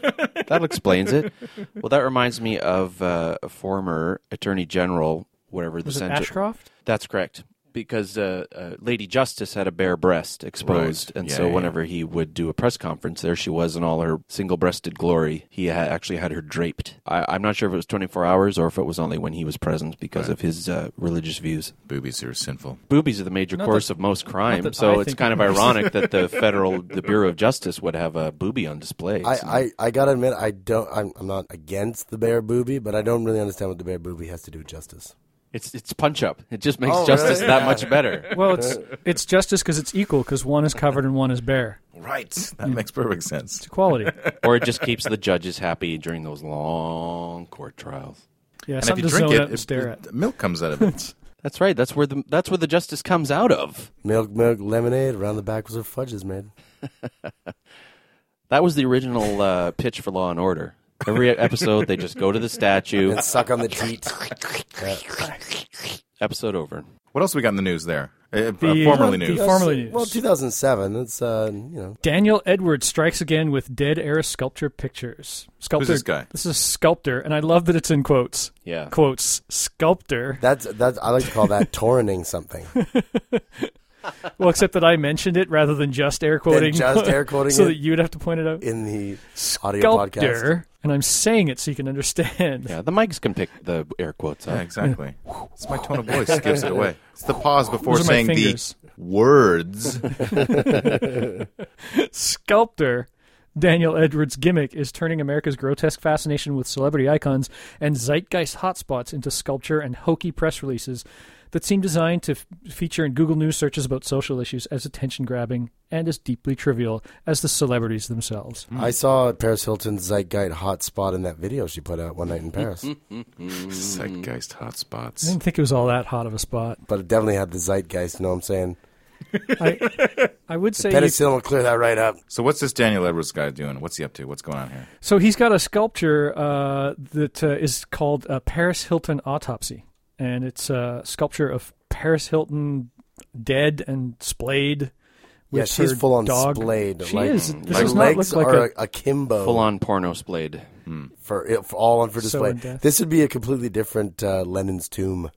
Speaker 4: that explains it. Well, that reminds me of uh, a former Attorney General, whatever the
Speaker 3: Was it
Speaker 4: center.
Speaker 3: Ashcroft?
Speaker 4: That's correct. Because uh, uh, Lady Justice had a bare breast exposed,
Speaker 1: Right.
Speaker 4: and
Speaker 1: Yeah,
Speaker 4: so
Speaker 1: yeah.
Speaker 4: whenever he would do a press conference, there she was in all her single-breasted glory. He ha- actually had her draped. I- I'm not sure if it was 24 hours or if it was only when he was present because of his uh, religious views.
Speaker 1: Boobies are sinful.
Speaker 4: Boobies are the major
Speaker 3: Not
Speaker 4: course
Speaker 3: that-
Speaker 4: of most crime,
Speaker 3: that
Speaker 4: so
Speaker 3: I
Speaker 4: it's
Speaker 3: think
Speaker 4: kind of
Speaker 3: it is.
Speaker 4: ironic that the federal, the Bureau of Justice would have a booby on display.
Speaker 2: I,
Speaker 4: It's-
Speaker 2: I, I gotta admit I don't I'm, I'm not against the bear booby, but I don't really understand what the bear booby has to do with justice.
Speaker 4: It's it's punch up. It just makes
Speaker 2: Oh,
Speaker 4: justice
Speaker 2: really?
Speaker 4: that
Speaker 2: Yeah.
Speaker 4: much better.
Speaker 3: Well, it's it's justice because it's equal because one is covered and one is bare.
Speaker 1: Right. That makes perfect sense.
Speaker 3: It's equality.
Speaker 4: or it just keeps the judges happy during those long court trials.
Speaker 3: Yeah,
Speaker 1: And if
Speaker 3: something
Speaker 1: you
Speaker 3: to
Speaker 1: drink
Speaker 3: zone out
Speaker 1: it,
Speaker 3: and
Speaker 1: it,
Speaker 3: stare
Speaker 1: it-
Speaker 3: at.
Speaker 1: milk comes out of it.
Speaker 4: That's right. That's where the that's where the justice comes out of.
Speaker 2: Milk, milk, lemonade. Around the back was where fudge is made.
Speaker 4: That was the original uh, pitch for Law and Order. Every episode, they just go to the statue.
Speaker 2: And suck on the teat.
Speaker 4: Episode over.
Speaker 1: what else we got in the news there? Uh,
Speaker 3: The-
Speaker 1: formerly
Speaker 3: the
Speaker 1: news.
Speaker 3: form- Formerly
Speaker 2: Well,
Speaker 3: used.
Speaker 2: 2007. It's uh, you know,
Speaker 3: Daniel Edwards strikes again with dead air sculpture pictures. Sculptor,
Speaker 1: this guy?
Speaker 3: This is a sculptor, and I love that it's in quotes.
Speaker 4: Yeah.
Speaker 3: Quotes sculptor.
Speaker 2: that's that's I like to call that torrenting something.
Speaker 3: Well, except that I mentioned it rather than just air quoting.
Speaker 2: just air quoting
Speaker 3: so
Speaker 2: it.
Speaker 3: that you'd have to point it out.
Speaker 2: in the audio podcast.
Speaker 3: Sculptor, and I'm saying it so you can understand.
Speaker 4: Yeah. The mics can pick the air quotes
Speaker 1: Yeah,
Speaker 4: up.
Speaker 1: exactly. It's my tone of voice that gives it away. It's the pause before
Speaker 3: Those are my
Speaker 1: saying the
Speaker 3: fingers.
Speaker 1: words.
Speaker 3: Sculptor Daniel Edwards' gimmick is turning America's grotesque fascination with celebrity icons and zeitgeist hotspots into sculpture and hokey press releases that seem designed to f- feature in Google News searches about social issues as attention grabbing and as deeply trivial as the celebrities themselves.
Speaker 2: I saw Paris Hilton's zeitgeist hotspot in that video she put out one night in Paris,
Speaker 1: Mm-hmm. Zeitgeist
Speaker 3: I
Speaker 2: Mm.
Speaker 1: hotspots.
Speaker 3: didn't think it was all that hot of a spot.
Speaker 2: but it definitely had the zeitgeist. You know what I'm saying?
Speaker 3: I, I would say. you-
Speaker 2: Penicillin will clear that right up.
Speaker 1: So what's this Daniel Edwards guy doing? What's he up to? What's going on here?
Speaker 3: so he's got a sculpture uh, that uh, is called uh, Paris Hilton Autopsy, and it's a sculpture of Paris Hilton dead and splayed. With
Speaker 2: Yeah, she's
Speaker 3: her
Speaker 2: full on
Speaker 3: dog.
Speaker 2: splayed.
Speaker 3: She
Speaker 2: like,
Speaker 3: is. This
Speaker 2: her
Speaker 3: does not
Speaker 2: legs
Speaker 3: look like
Speaker 2: are
Speaker 3: a.
Speaker 2: akimbo
Speaker 4: Full on porno splayed.
Speaker 2: for, it- for all on for
Speaker 3: So
Speaker 2: display.
Speaker 3: in depth.
Speaker 2: this would be a completely different uh, Lenin's tomb.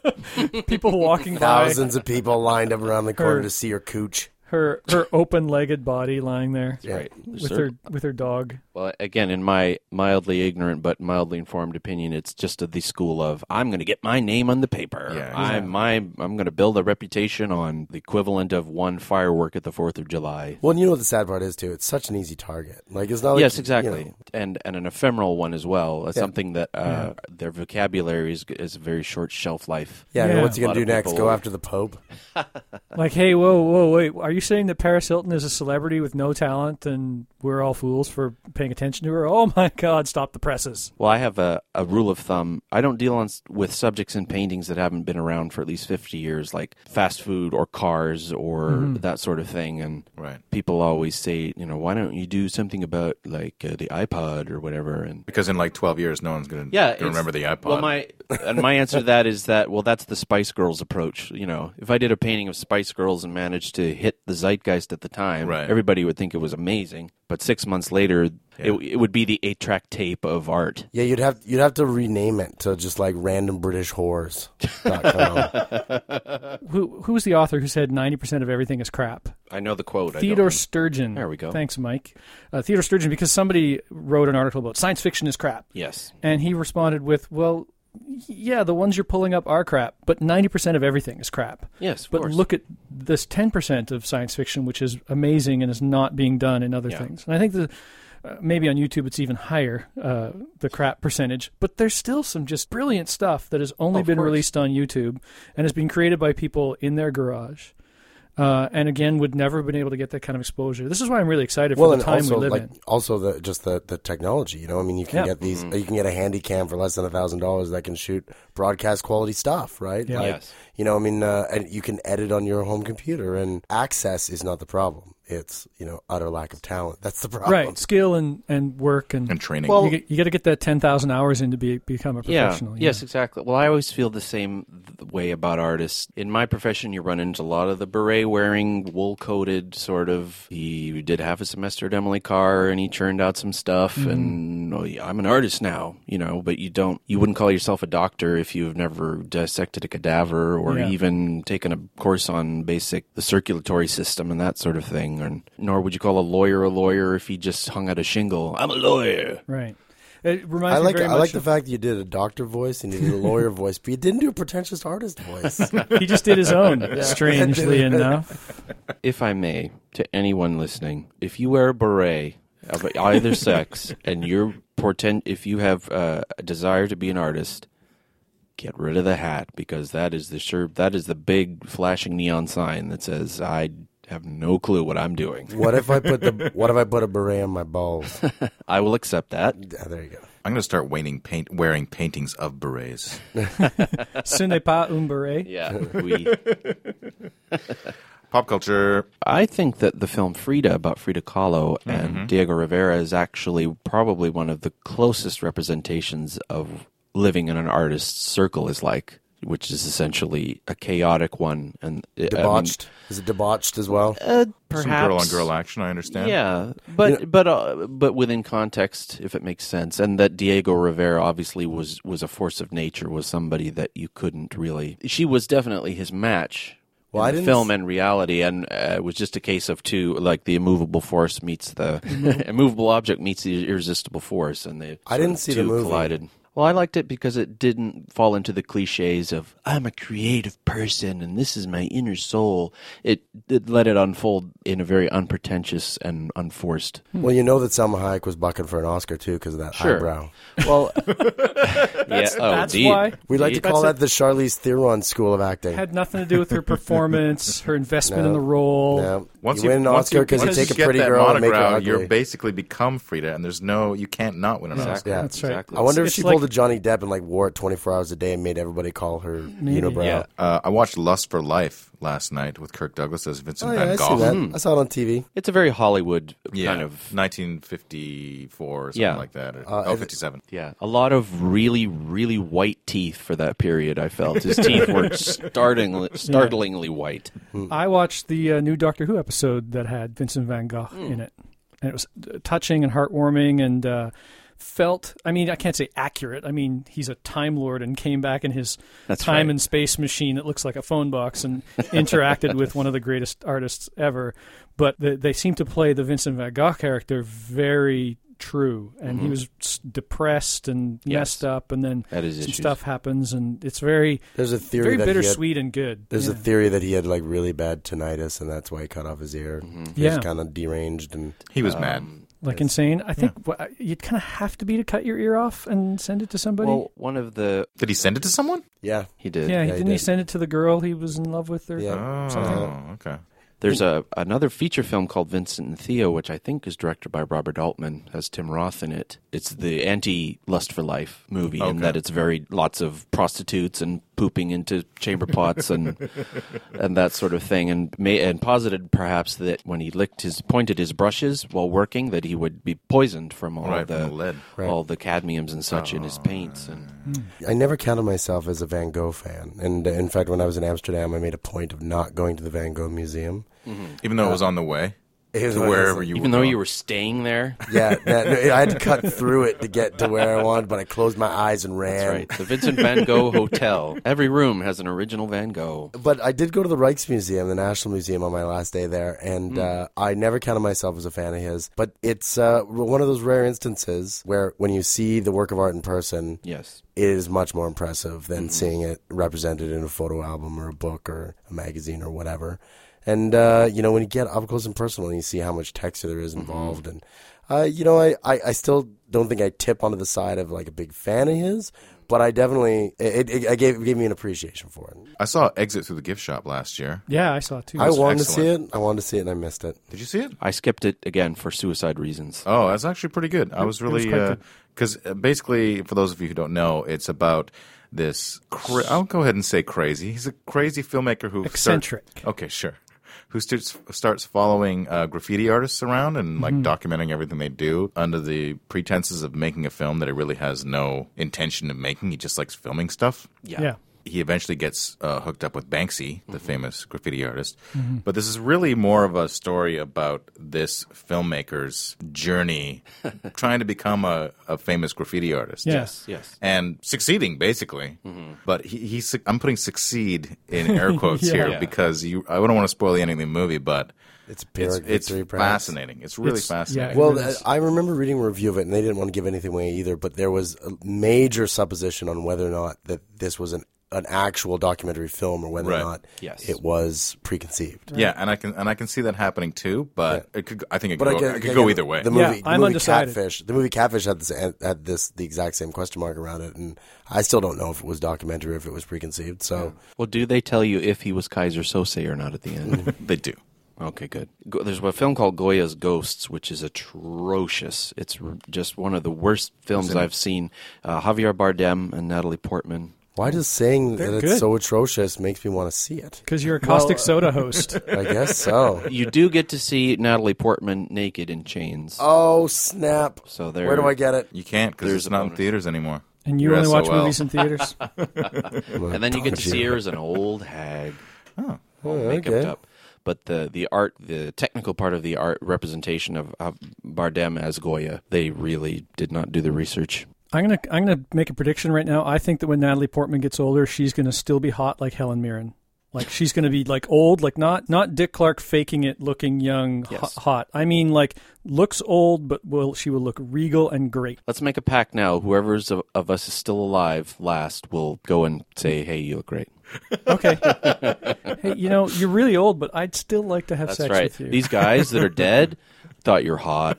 Speaker 3: people walking by
Speaker 2: Thousands of people lined up around the corner
Speaker 3: Her-
Speaker 2: to see her cooch.
Speaker 3: her her open legged body lying there
Speaker 4: Right.
Speaker 3: with her with her dog.
Speaker 4: Well, again, in my mildly ignorant but mildly informed opinion, it's just of the school of I'm going to get my name on the paper.
Speaker 1: Yeah,
Speaker 4: I'm my I'm going to build a reputation on the equivalent of one firework at the Fourth of July.
Speaker 2: Well, and you know what the sad part is too. It's such an easy target. Like Oh, it's not. Like,
Speaker 4: yes,
Speaker 2: you
Speaker 4: exactly,
Speaker 2: know,
Speaker 4: and and an ephemeral one as well. It's Something that uh, their vocabulary is is very short shelf life.
Speaker 2: yeah. I mean,
Speaker 3: Yeah.
Speaker 2: what's he
Speaker 4: A lot
Speaker 2: gonna do
Speaker 4: of
Speaker 2: next?
Speaker 4: people-
Speaker 2: Go after the Pope?
Speaker 3: Like, hey, whoa, whoa, wait, are you saying that Paris Hilton is a celebrity with no talent and we're all fools for paying attention to her? Oh my God, stop the presses!
Speaker 4: Well, I have a, a rule of thumb. I don't deal on s- with subjects and paintings that haven't been around for at least fifty years, like fast food or cars or
Speaker 2: Mm-hmm.
Speaker 4: that sort of thing. And
Speaker 1: Right.
Speaker 4: people always say, you know, why don't you do something about like uh, the iPod or whatever? And
Speaker 1: Because in like 12 years, no one's going
Speaker 4: yeah,
Speaker 1: to remember the iPod.
Speaker 4: Well, my and my answer to that is that well, that's the Spice Girls approach. You know, if I did a painting of Spice Girls and managed to hit the zeitgeist at the time,
Speaker 1: Right.
Speaker 4: everybody would think it was amazing. But six months later, it, it would be the eight-track tape of art.
Speaker 2: Yeah, you'd have you'd have to rename it to just like random British whores. com.
Speaker 3: Who who was the author who said ninety percent of everything is crap?
Speaker 4: I know the quote. I don't
Speaker 3: Theodore
Speaker 4: know.
Speaker 3: Sturgeon.
Speaker 4: There we go.
Speaker 3: Thanks, Mike. Uh, Theodore Sturgeon, because somebody wrote an article about science fiction is crap,
Speaker 4: Yes.
Speaker 3: and he responded with, "Well, yeah, the ones you're pulling up are crap, but 90% of everything is crap.
Speaker 4: Yes, of
Speaker 3: But
Speaker 4: course.
Speaker 3: look at this 10% of science fiction, which is amazing and is not being done in other
Speaker 4: Yeah.
Speaker 3: things. And I think the. Uh, maybe on YouTube it's even higher, uh, the crap percentage. But there's still some just brilliant stuff that has only
Speaker 4: Of
Speaker 3: been
Speaker 4: course.
Speaker 3: released on YouTube and has been created by people in their garage. Uh, and again, would never have been able to get that kind of exposure. This is why I'm really excited for the time
Speaker 2: also
Speaker 3: we live
Speaker 2: like
Speaker 3: in.
Speaker 2: also the just the, the technology. You know, I mean, you can
Speaker 3: Yeah.
Speaker 2: get these.
Speaker 4: Mm-hmm.
Speaker 2: You can get a handy cam for less than a thousand dollars that can shoot broadcast quality stuff, right?
Speaker 3: Yeah.
Speaker 2: Like,
Speaker 4: Yes.
Speaker 2: You know, I mean, uh, and you can edit on your home computer, and access is not the problem. It's you know utter lack of talent. That's the problem.
Speaker 3: Right, skill and, and work and,
Speaker 1: and training.
Speaker 4: Well-
Speaker 3: you, get- you got to get that 10,000 hours in to be, become a
Speaker 4: Yeah.
Speaker 3: professional.
Speaker 4: Yes, exactly. Well, I always feel the same th- way about artists. In my profession, you run into a lot of the beret wearing, wool coated sort of. He did half a semester at Emily Carr, and he churned out some stuff.
Speaker 3: Mm-hmm.
Speaker 4: And oh, yeah, I'm an artist now, you know. But you don't, you wouldn't call yourself a doctor if you've never dissected a cadaver or
Speaker 3: Yeah.
Speaker 4: even taken a course on basic the circulatory system and that sort of thing. And nor would you call a lawyer a lawyer if he just hung out a shingle. I'm a lawyer.
Speaker 3: Right. It reminds
Speaker 2: I like
Speaker 3: me very
Speaker 2: I like
Speaker 3: much
Speaker 2: the
Speaker 3: of,
Speaker 2: fact that you did a doctor voice and you did a lawyer voice, but you didn't do a pretentious artist voice.
Speaker 3: he just did his own, strangely enough.
Speaker 4: if I may, to anyone listening, if you wear a beret of either sex and you're portend, if you have uh, a desire to be an artist, get rid of the hat because that is the sure that is the big flashing neon sign that says I have no clue what I'm doing.
Speaker 2: what if I put the What if I put a beret on my balls?
Speaker 4: I will accept that.
Speaker 2: Yeah, there you go.
Speaker 1: I'm going to start waning paint, wearing paintings of berets.
Speaker 3: Ce n'est pas un beret.
Speaker 4: Yeah, we.
Speaker 1: Pop culture.
Speaker 4: I think that the film Frida about Frida Kahlo
Speaker 1: Mm-hmm.
Speaker 4: and Diego Rivera is actually probably one of the closest representations of living in an artist's circle is like, which is essentially a chaotic one and I mean,
Speaker 2: Debauched is it debauched as well?
Speaker 1: Some
Speaker 4: perhaps
Speaker 1: girl on girl action, I understand.
Speaker 4: yeah, but but uh, but within context, if it makes sense, and that Diego Rivera obviously was was a force of nature, was somebody that you couldn't really. She was definitely his match.
Speaker 2: Well,
Speaker 4: in
Speaker 2: I
Speaker 4: the
Speaker 2: didn't
Speaker 4: film
Speaker 2: s-
Speaker 4: and reality, and uh, it was just a case of two, like the immovable force meets the immovable object meets the irresistible force, and they
Speaker 2: I didn't see the
Speaker 4: two
Speaker 2: movie.
Speaker 4: collided. Well, I liked it because it didn't fall into the cliches of "I'm a creative person and this is my inner soul." It, it let it unfold in a very unpretentious and unforced.
Speaker 3: Hmm.
Speaker 2: Well, you know that Selma Hayek was bucking for an Oscar too because of that
Speaker 4: Sure.
Speaker 2: eyebrow.
Speaker 4: Well, that's, yeah, oh,
Speaker 3: That's
Speaker 4: indeed.
Speaker 3: why
Speaker 2: We like to
Speaker 4: That's
Speaker 2: call
Speaker 4: a-
Speaker 2: that the Charlize Theron School of Acting.
Speaker 3: had nothing to do with her performance, her investment in the role.
Speaker 2: No.
Speaker 1: Once
Speaker 2: you win an
Speaker 1: once
Speaker 2: Oscar because you
Speaker 1: once
Speaker 2: take a
Speaker 1: get
Speaker 2: pretty
Speaker 1: that
Speaker 2: girl and make her
Speaker 1: monograph,
Speaker 2: ugly.
Speaker 1: You're basically become Frida, and there's no, you can't not win an Oscar.
Speaker 4: Exactly.
Speaker 2: Yeah.
Speaker 3: That's right.
Speaker 4: Exactly.
Speaker 2: I wonder if
Speaker 3: It's
Speaker 2: she
Speaker 3: like-
Speaker 2: pulled a Johnny Depp and like wore it 24 hours a day and made everybody call her unibrow.
Speaker 4: Yeah.
Speaker 3: Oh,
Speaker 1: Uh, I watched Lust for Life last night with Kirk Douglas as Vincent
Speaker 2: Oh, yeah,
Speaker 1: Van
Speaker 2: I,
Speaker 1: Gogh.
Speaker 2: see that. I saw it on TV.
Speaker 4: It's a very Hollywood
Speaker 1: Yeah,
Speaker 4: kind of
Speaker 1: 1954 or something
Speaker 4: Yeah.
Speaker 1: like that. Or,
Speaker 2: if
Speaker 1: oh,
Speaker 2: Uh, it-
Speaker 1: 57.
Speaker 4: Yeah, a lot of really, really white teeth for that period. I felt his teeth were startlingly, startlingly white.
Speaker 3: Um, I watched the uh, new Doctor Who episode that had Vincent Van Gogh in it, and it was uh, touching and heartwarming and uh, felt. I mean, I can't say accurate. I mean, he's a time lord and came back in his
Speaker 4: That's
Speaker 3: time
Speaker 4: right.
Speaker 3: and space machine that looks like a phone box and interacted with one of the greatest artists ever. But the, they seem to play the Vincent Van Gogh character very true, and
Speaker 2: Mm-hmm.
Speaker 3: he was s- depressed and
Speaker 4: Yes.
Speaker 3: messed up, and then
Speaker 4: That is
Speaker 3: some
Speaker 4: issues.
Speaker 3: stuff happens, and it's very.
Speaker 2: There's a theory
Speaker 3: Very
Speaker 2: that he had-
Speaker 3: bittersweet and good.
Speaker 2: there's
Speaker 3: yeah.
Speaker 2: a theory that he had like really bad tinnitus and that's why he cut off his ear.
Speaker 1: Mm-hmm.
Speaker 2: He
Speaker 3: Yeah.
Speaker 2: was kind of deranged and
Speaker 1: He was mad.
Speaker 2: um,
Speaker 3: like insane. I think wha- you'd kind of have to be to cut your ear off and send it to somebody.
Speaker 4: Well, one of the
Speaker 1: Did he send it to someone?
Speaker 2: yeah.
Speaker 4: he
Speaker 3: yeah,
Speaker 4: did.
Speaker 3: he
Speaker 2: yeah, he
Speaker 3: didn't. He,
Speaker 2: did.
Speaker 3: send it to the girl he was in love with, or
Speaker 2: Yeah.
Speaker 1: Oh, okay.
Speaker 4: There's a another feature film called Vincent and Theo, which I think is directed by Robert Altman, has Tim Roth in it. It's the anti Lust for Life movie, in
Speaker 1: Okay.
Speaker 4: that it's very lots of prostitutes and pooping into chamber pots and and that sort of thing, and may, and posited perhaps that when he licked his pointed his brushes while working, that he would be poisoned from all
Speaker 1: Right,
Speaker 4: the,
Speaker 1: from the lead.
Speaker 4: all the cadmiums and such in his paints. And
Speaker 2: I never counted myself as a Van Gogh fan. And uh, in fact, when I was in Amsterdam, I made a point of not going to the Van Gogh Museum.
Speaker 1: Even though it was on the way.
Speaker 2: Here's what it
Speaker 1: wherever
Speaker 2: is.
Speaker 1: you
Speaker 4: Even though you were staying there.
Speaker 2: Yeah, that, I had to cut through it to get to where I wanted, but I closed my eyes and ran.
Speaker 4: That's right. The Vincent Van Gogh Hotel. Every room has an original Van Gogh.
Speaker 2: But I did go to the Rijksmuseum, the National Museum, on my last day there, and
Speaker 4: Hmm.
Speaker 2: uh, I never counted myself as a fan of his. But it's uh, one of those rare instances where, when you see the work of art in person,
Speaker 4: Yes.
Speaker 2: it is much more impressive
Speaker 1: Mm-hmm.
Speaker 2: than seeing it represented in a photo album or a book or a magazine or whatever. And uh, you know, when you get up close and personal, and you see how much texture there is
Speaker 1: Mm-hmm.
Speaker 2: involved, and uh, you know, I, I, I still don't think I tip onto the side of like a big fan of his, but I definitely it, it, I gave it gave me an appreciation for it.
Speaker 1: I saw Exit Through the Gift Shop last year.
Speaker 3: Yeah, I saw it too.
Speaker 2: I wanted to see
Speaker 1: excellent.
Speaker 2: it. I wanted to see it, and I missed it.
Speaker 1: Did you see it?
Speaker 4: I skipped it again for suicide reasons.
Speaker 1: Oh, that's actually pretty good. I was really
Speaker 3: quite
Speaker 1: because basically, for those of you who don't know, it's about this. Cra- I'll go ahead and say crazy. He's a crazy filmmaker who start-
Speaker 3: Eccentric.
Speaker 1: okay, sure. Who starts starts following uh, graffiti artists around and like documenting everything they do under the pretenses of making a film that he really has no intention of making. He just likes filming stuff
Speaker 3: yeah. yeah.
Speaker 1: he eventually gets uh, hooked up with Banksy, the famous graffiti artist. But this is really more of a story about this filmmaker's journey trying to become a, a famous graffiti artist.
Speaker 3: Yes.
Speaker 4: Yes.
Speaker 1: And succeeding, basically. But he, he, suc- I'm putting succeed in air quotes
Speaker 3: Yeah.
Speaker 1: here
Speaker 4: Yeah.
Speaker 1: because you, I don't want to spoil the ending of the movie, but
Speaker 2: It's
Speaker 1: it's,
Speaker 2: Pyrrhic
Speaker 1: it's
Speaker 2: victory, perhaps.
Speaker 1: fascinating. It's really
Speaker 3: It's- yeah,
Speaker 1: fascinating.
Speaker 3: it
Speaker 2: Well,
Speaker 3: really
Speaker 2: th-
Speaker 3: is.
Speaker 2: I remember reading a review of it, and they didn't want to give anything away either. But there was a major supposition on whether or not that this was an an actual documentary film, or whether
Speaker 1: Right.
Speaker 2: or not
Speaker 4: Yes.
Speaker 2: it was preconceived.
Speaker 1: yeah, and I can and I can see that happening too, but it could, I think it could,
Speaker 2: But
Speaker 1: go,
Speaker 2: I, get-
Speaker 1: it could
Speaker 2: I
Speaker 1: go
Speaker 2: get-
Speaker 1: either way.
Speaker 2: The movie,
Speaker 3: Yeah,
Speaker 2: the
Speaker 3: I'm
Speaker 2: movie
Speaker 3: undecided.
Speaker 2: Catfish. The movie Catfish had this had this the exact same question mark around it, and I still don't know if it was documentary or if it was preconceived. So
Speaker 4: Well, do they tell you if he was Kaiser Sose or not at the end?
Speaker 1: they do.
Speaker 4: okay, good. Go- There's a film called Goya's Ghosts, which is atrocious. It's r- just one of the worst films I've seen. Uh, Javier Bardem and Natalie Portman.
Speaker 2: why does saying
Speaker 3: They're
Speaker 2: that
Speaker 3: good.
Speaker 2: it's so atrocious makes me want to see it?
Speaker 3: Because you're a
Speaker 2: uh,
Speaker 3: caustic soda host.
Speaker 2: I guess so.
Speaker 4: You do get to see Natalie Portman naked in chains.
Speaker 2: Oh snap!
Speaker 4: So there-
Speaker 2: where do I get it?
Speaker 1: You can't because
Speaker 4: There's
Speaker 1: it's
Speaker 4: a
Speaker 1: not in
Speaker 4: bonus.
Speaker 1: theaters anymore.
Speaker 3: And you
Speaker 1: You're
Speaker 3: only watch
Speaker 1: SOL.
Speaker 3: movies in theaters?
Speaker 4: and then you get to
Speaker 2: Dodgy.
Speaker 4: see her as an old hag. Oh, all makeuped
Speaker 2: okay.
Speaker 4: up. But the, the art, the technical part of the art representation of uh, Bardem as Goya, they really did not do the research.
Speaker 3: I'm gonna I'm gonna make a prediction right now. I think that when Natalie Portman gets older, she's gonna still be hot like Helen Mirren. Like she's gonna be like old, like not not Dick Clark faking it, looking young, ho-
Speaker 4: Yes.
Speaker 3: hot. I mean, like looks old, but will she will look regal and great.
Speaker 4: Let's make a pact now. Whoever's of, of us is still alive last will go and say, "Hey, you look great."
Speaker 3: Okay. hey, you know you're really old, but I'd still like to have
Speaker 4: That's
Speaker 3: sex
Speaker 4: right.
Speaker 3: with you.
Speaker 4: These guys that are dead thought you're hot.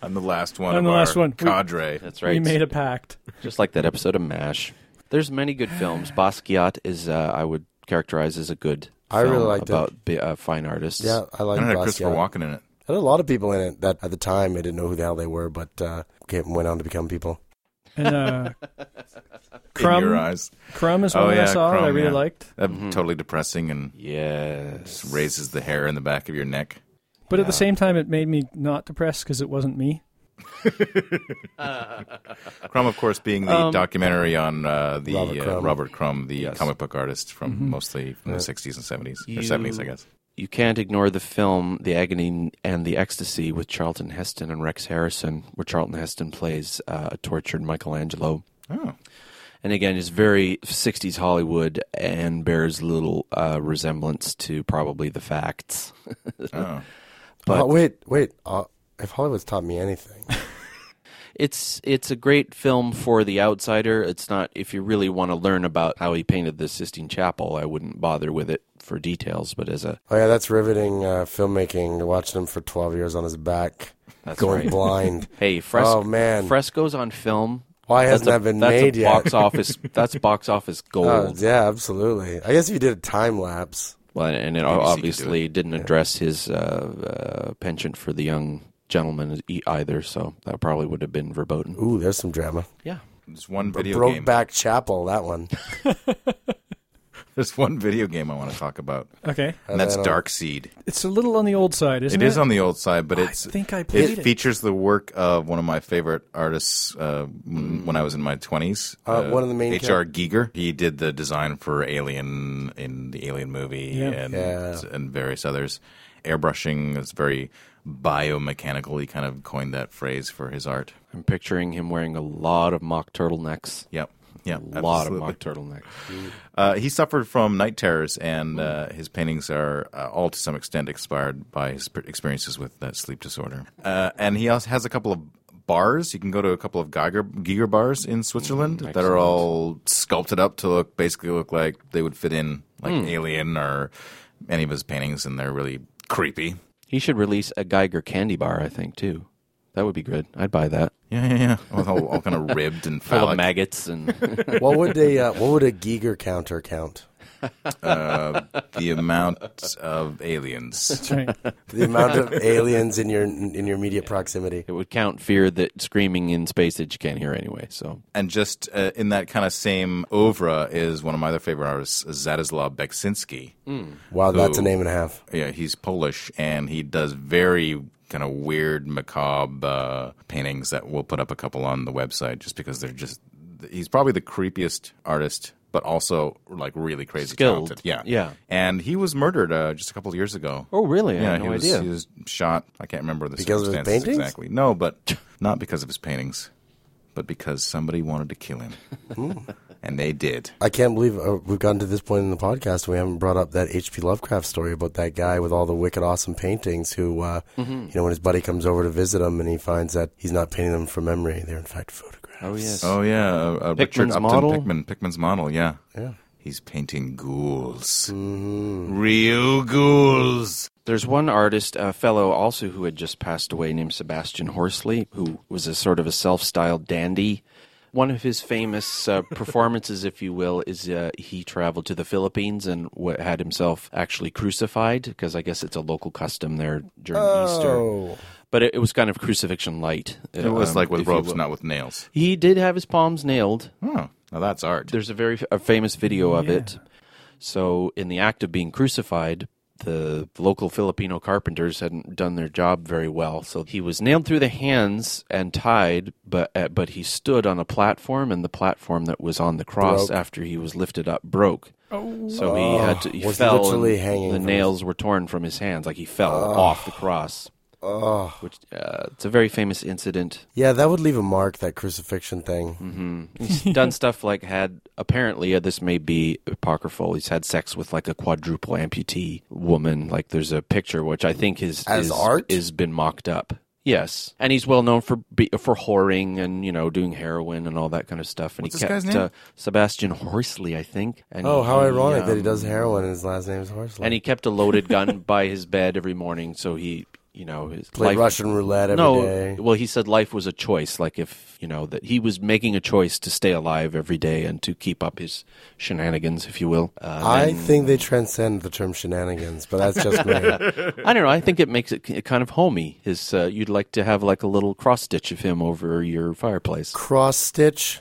Speaker 1: I'm the last one.
Speaker 3: I'm
Speaker 1: of
Speaker 3: the
Speaker 1: our
Speaker 3: last one. We-
Speaker 1: Cadre.
Speaker 4: That's
Speaker 3: We
Speaker 4: right.
Speaker 3: made a pact.
Speaker 4: Just like that episode of Mash. There's many good films. Basquiat is uh, I would characterize as a good.
Speaker 2: I really
Speaker 4: film
Speaker 2: liked it.
Speaker 4: about bi- uh, fine artists.
Speaker 2: Yeah, I like.
Speaker 1: and it had
Speaker 2: Basquiat.
Speaker 1: Christopher Walken in it.
Speaker 2: Had a lot of people in it that at the time I didn't know who the hell they were, but uh, came, went on to become people.
Speaker 3: And uh,
Speaker 1: In your
Speaker 3: Crumb,
Speaker 1: eyes.
Speaker 3: Crumb is
Speaker 1: Oh,
Speaker 3: one that I
Speaker 1: yeah,
Speaker 3: saw that I
Speaker 1: Crumb,
Speaker 3: really
Speaker 1: yeah.
Speaker 3: liked.
Speaker 1: That totally depressing and
Speaker 4: Yes.
Speaker 1: raises the hair in the back of your neck.
Speaker 3: But at the same time, it made me not depressed because it wasn't me.
Speaker 1: Crumb, of course, being
Speaker 3: Um,
Speaker 1: the documentary on uh, the
Speaker 2: Robert
Speaker 1: uh,
Speaker 2: Crumb.
Speaker 1: Robert Crumb, the
Speaker 4: Yes.
Speaker 1: comic book artist from
Speaker 3: Mm-hmm.
Speaker 1: mostly from the 60s and 70s or
Speaker 4: You-
Speaker 1: 70s, I guess.
Speaker 4: You can't ignore the film The Agony and the Ecstasy with Charlton Heston and Rex Harrison, where Charlton Heston plays uh, a tortured Michelangelo.
Speaker 1: Oh,
Speaker 4: and again is very 60s hollywood and bears little uh, resemblance to probably the facts
Speaker 1: oh.
Speaker 4: But-
Speaker 2: Oh, wait, wait. Uh, if Hollywood's taught me anything,
Speaker 4: it's it's a great film for the outsider it's not if you really want to learn about how he painted the sistine chapel i wouldn't bother with it for details but as a
Speaker 2: oh yeah, that's riveting uh, filmmaking. Watching him for twelve years on his back,
Speaker 4: That's
Speaker 2: going
Speaker 4: right.
Speaker 2: blind.
Speaker 4: hey fres-
Speaker 2: Oh, man.
Speaker 4: frescoes on film
Speaker 2: Why
Speaker 4: that's
Speaker 2: hasn't
Speaker 4: a-
Speaker 2: that been
Speaker 4: that's
Speaker 2: made
Speaker 4: a
Speaker 2: yet?
Speaker 4: box office that's box office gold
Speaker 2: Oh, yeah, absolutely. I guess if you did a time lapse,
Speaker 4: Well, and it obviously didn't address his uh, uh, penchant for the young gentleman e- either, so that probably would have been verboten.
Speaker 2: ooh, there's some drama.
Speaker 4: Yeah.
Speaker 1: There's one video game.
Speaker 2: Brokeback Chapel, that one.
Speaker 1: There's one video game I want to talk about,
Speaker 3: Okay,
Speaker 1: and that's Dark Seed.
Speaker 3: it's a little on the old side, isn't
Speaker 1: It
Speaker 3: it?
Speaker 1: is on the old side, but it's
Speaker 3: think I played
Speaker 1: it
Speaker 3: it.
Speaker 1: features the work of one of my favorite artists uh, m- when I was in my twenties.
Speaker 2: Uh, one of the main
Speaker 1: HR Giger. He did the design for Alien in the Alien movie
Speaker 3: Yeah.
Speaker 1: and
Speaker 2: Yeah.
Speaker 1: and various others. Airbrushing is very biomechanical. He kind of coined that phrase for his art.
Speaker 4: I'm picturing him wearing a lot of mock turtlenecks.
Speaker 1: Yep. Yeah,
Speaker 4: a lot of
Speaker 1: absolutely.
Speaker 4: mock turtlenecks.
Speaker 1: Uh, he suffered from night terrors, and uh, his paintings are uh, all to some extent inspired by his per- experiences with that sleep disorder. Uh, and he also has a couple of bars. You can go to a couple of Geiger, Geiger bars in Switzerland
Speaker 4: Mm,
Speaker 1: that are all sculpted up to look basically look like they would fit in like
Speaker 4: Hmm.
Speaker 1: Alien or any of his paintings, and they're really creepy.
Speaker 4: He should release a Geiger candy bar, I think, too. That would be good. I'd buy that.
Speaker 1: Yeah, yeah, yeah. All, all, all kind of ribbed and
Speaker 4: Full
Speaker 1: phallic.
Speaker 4: of maggots and
Speaker 2: what would a uh, what would a Giger counter count?
Speaker 1: the amount of aliens.
Speaker 3: That's right.
Speaker 2: The amount of aliens in your in your immediate proximity.
Speaker 4: it would count fear that screaming in space that you can't hear anyway. So
Speaker 1: And just uh, in that kind of same oeuvre is one of my other favorite artists, Zadislaw Beksinski.
Speaker 2: Wow, that's a
Speaker 1: Ooh.
Speaker 2: name and a half.
Speaker 1: Yeah, he's Polish, and he does very kind of weird, macabre uh, paintings that we'll put up a couple on the website just because they're just. He's probably the creepiest artist, but also like really crazy
Speaker 4: Skilled.
Speaker 1: talented. Yeah,
Speaker 4: Yeah.
Speaker 1: And he was murdered uh, just a couple of years ago.
Speaker 4: Oh, really? I
Speaker 1: Yeah,
Speaker 4: had
Speaker 1: he
Speaker 4: no
Speaker 1: was
Speaker 4: idea.
Speaker 1: he was shot. I can't remember the
Speaker 2: Because of his
Speaker 1: circumstances
Speaker 2: paintings?
Speaker 1: exactly. No, but not because of his paintings, but because somebody wanted to kill him, and they did.
Speaker 2: I can't believe uh, we've gotten to this point in the podcast and we haven't brought up that H.P. Lovecraft story about that guy with all the wicked awesome paintings who, uh,
Speaker 4: Mm-hmm.
Speaker 2: you know, when his buddy comes over to visit him and he finds that he's not painting them from memory, they're in fact photographs.
Speaker 4: Oh yes.
Speaker 1: Oh yeah, uh, uh, Richard
Speaker 4: Pickman's
Speaker 1: Upton
Speaker 4: model?
Speaker 1: Pickman, Pickman's model. Yeah, Mm-hmm.
Speaker 2: Yeah.
Speaker 1: He's painting ghouls, real ghouls.
Speaker 4: There's one artist, a fellow also who had just passed away named Sebastian Horsley, who was a sort of a self styled dandy. One of his famous uh, performances, if you will, is uh, he traveled to the Philippines and w- had himself actually crucified because I guess it's a local custom there during
Speaker 2: Oh.
Speaker 4: Easter. But it, it was kind of crucifixion light. um,
Speaker 1: It was like with ropes,
Speaker 4: Now
Speaker 1: not with nails.
Speaker 4: He did have his palms nailed.
Speaker 1: Oh, now that's art.
Speaker 4: There's a very f- a famous video of it. So, in the act of being crucified, the local Filipino carpenters hadn't done their job very well. So he was nailed through the hands and tied, but uh, but he stood on a platform, and the platform that was on the cross after he was lifted up broke. Oh. So he had to he
Speaker 2: was
Speaker 4: fell. and
Speaker 2: literally hanging
Speaker 4: the
Speaker 2: from Ah.
Speaker 4: nails were torn from his hands, like he fell off the cross. Oh. Which uh, it's a very famous incident.
Speaker 2: Yeah, that would leave a mark, that crucifixion thing.
Speaker 4: Mm-hmm. He's done stuff like had apparently uh, this may be apocryphal. He's had sex with like a quadruple amputee woman. Like there's a picture which I think is
Speaker 2: As
Speaker 4: is,
Speaker 2: art?
Speaker 4: is been mocked up. Yes, and he's well known for be, for whoring and you know doing heroin and all that kind of stuff. And
Speaker 1: What's
Speaker 4: he
Speaker 1: this
Speaker 4: kept
Speaker 1: guy's name?
Speaker 4: Uh, Sebastian Horsley, I think. And
Speaker 2: Oh, how
Speaker 4: he,
Speaker 2: ironic that he
Speaker 4: um,
Speaker 2: does heroin and his last name is Horsley.
Speaker 4: And he kept a loaded gun by his bed every morning, so he you know his
Speaker 2: played
Speaker 4: life
Speaker 2: Russian roulette every day.
Speaker 4: no, well, he said life was a choice. Like if you know that he was making a choice to stay alive every day and to keep up his shenanigans, if you will. Uh,
Speaker 2: I
Speaker 4: and-
Speaker 2: think they transcend the term shenanigans, but that's just me.
Speaker 4: I don't know. I think it makes it k- kind of homey. His uh, you'd like to have like a little cross stitch of him over your fireplace.
Speaker 2: Cross stitch.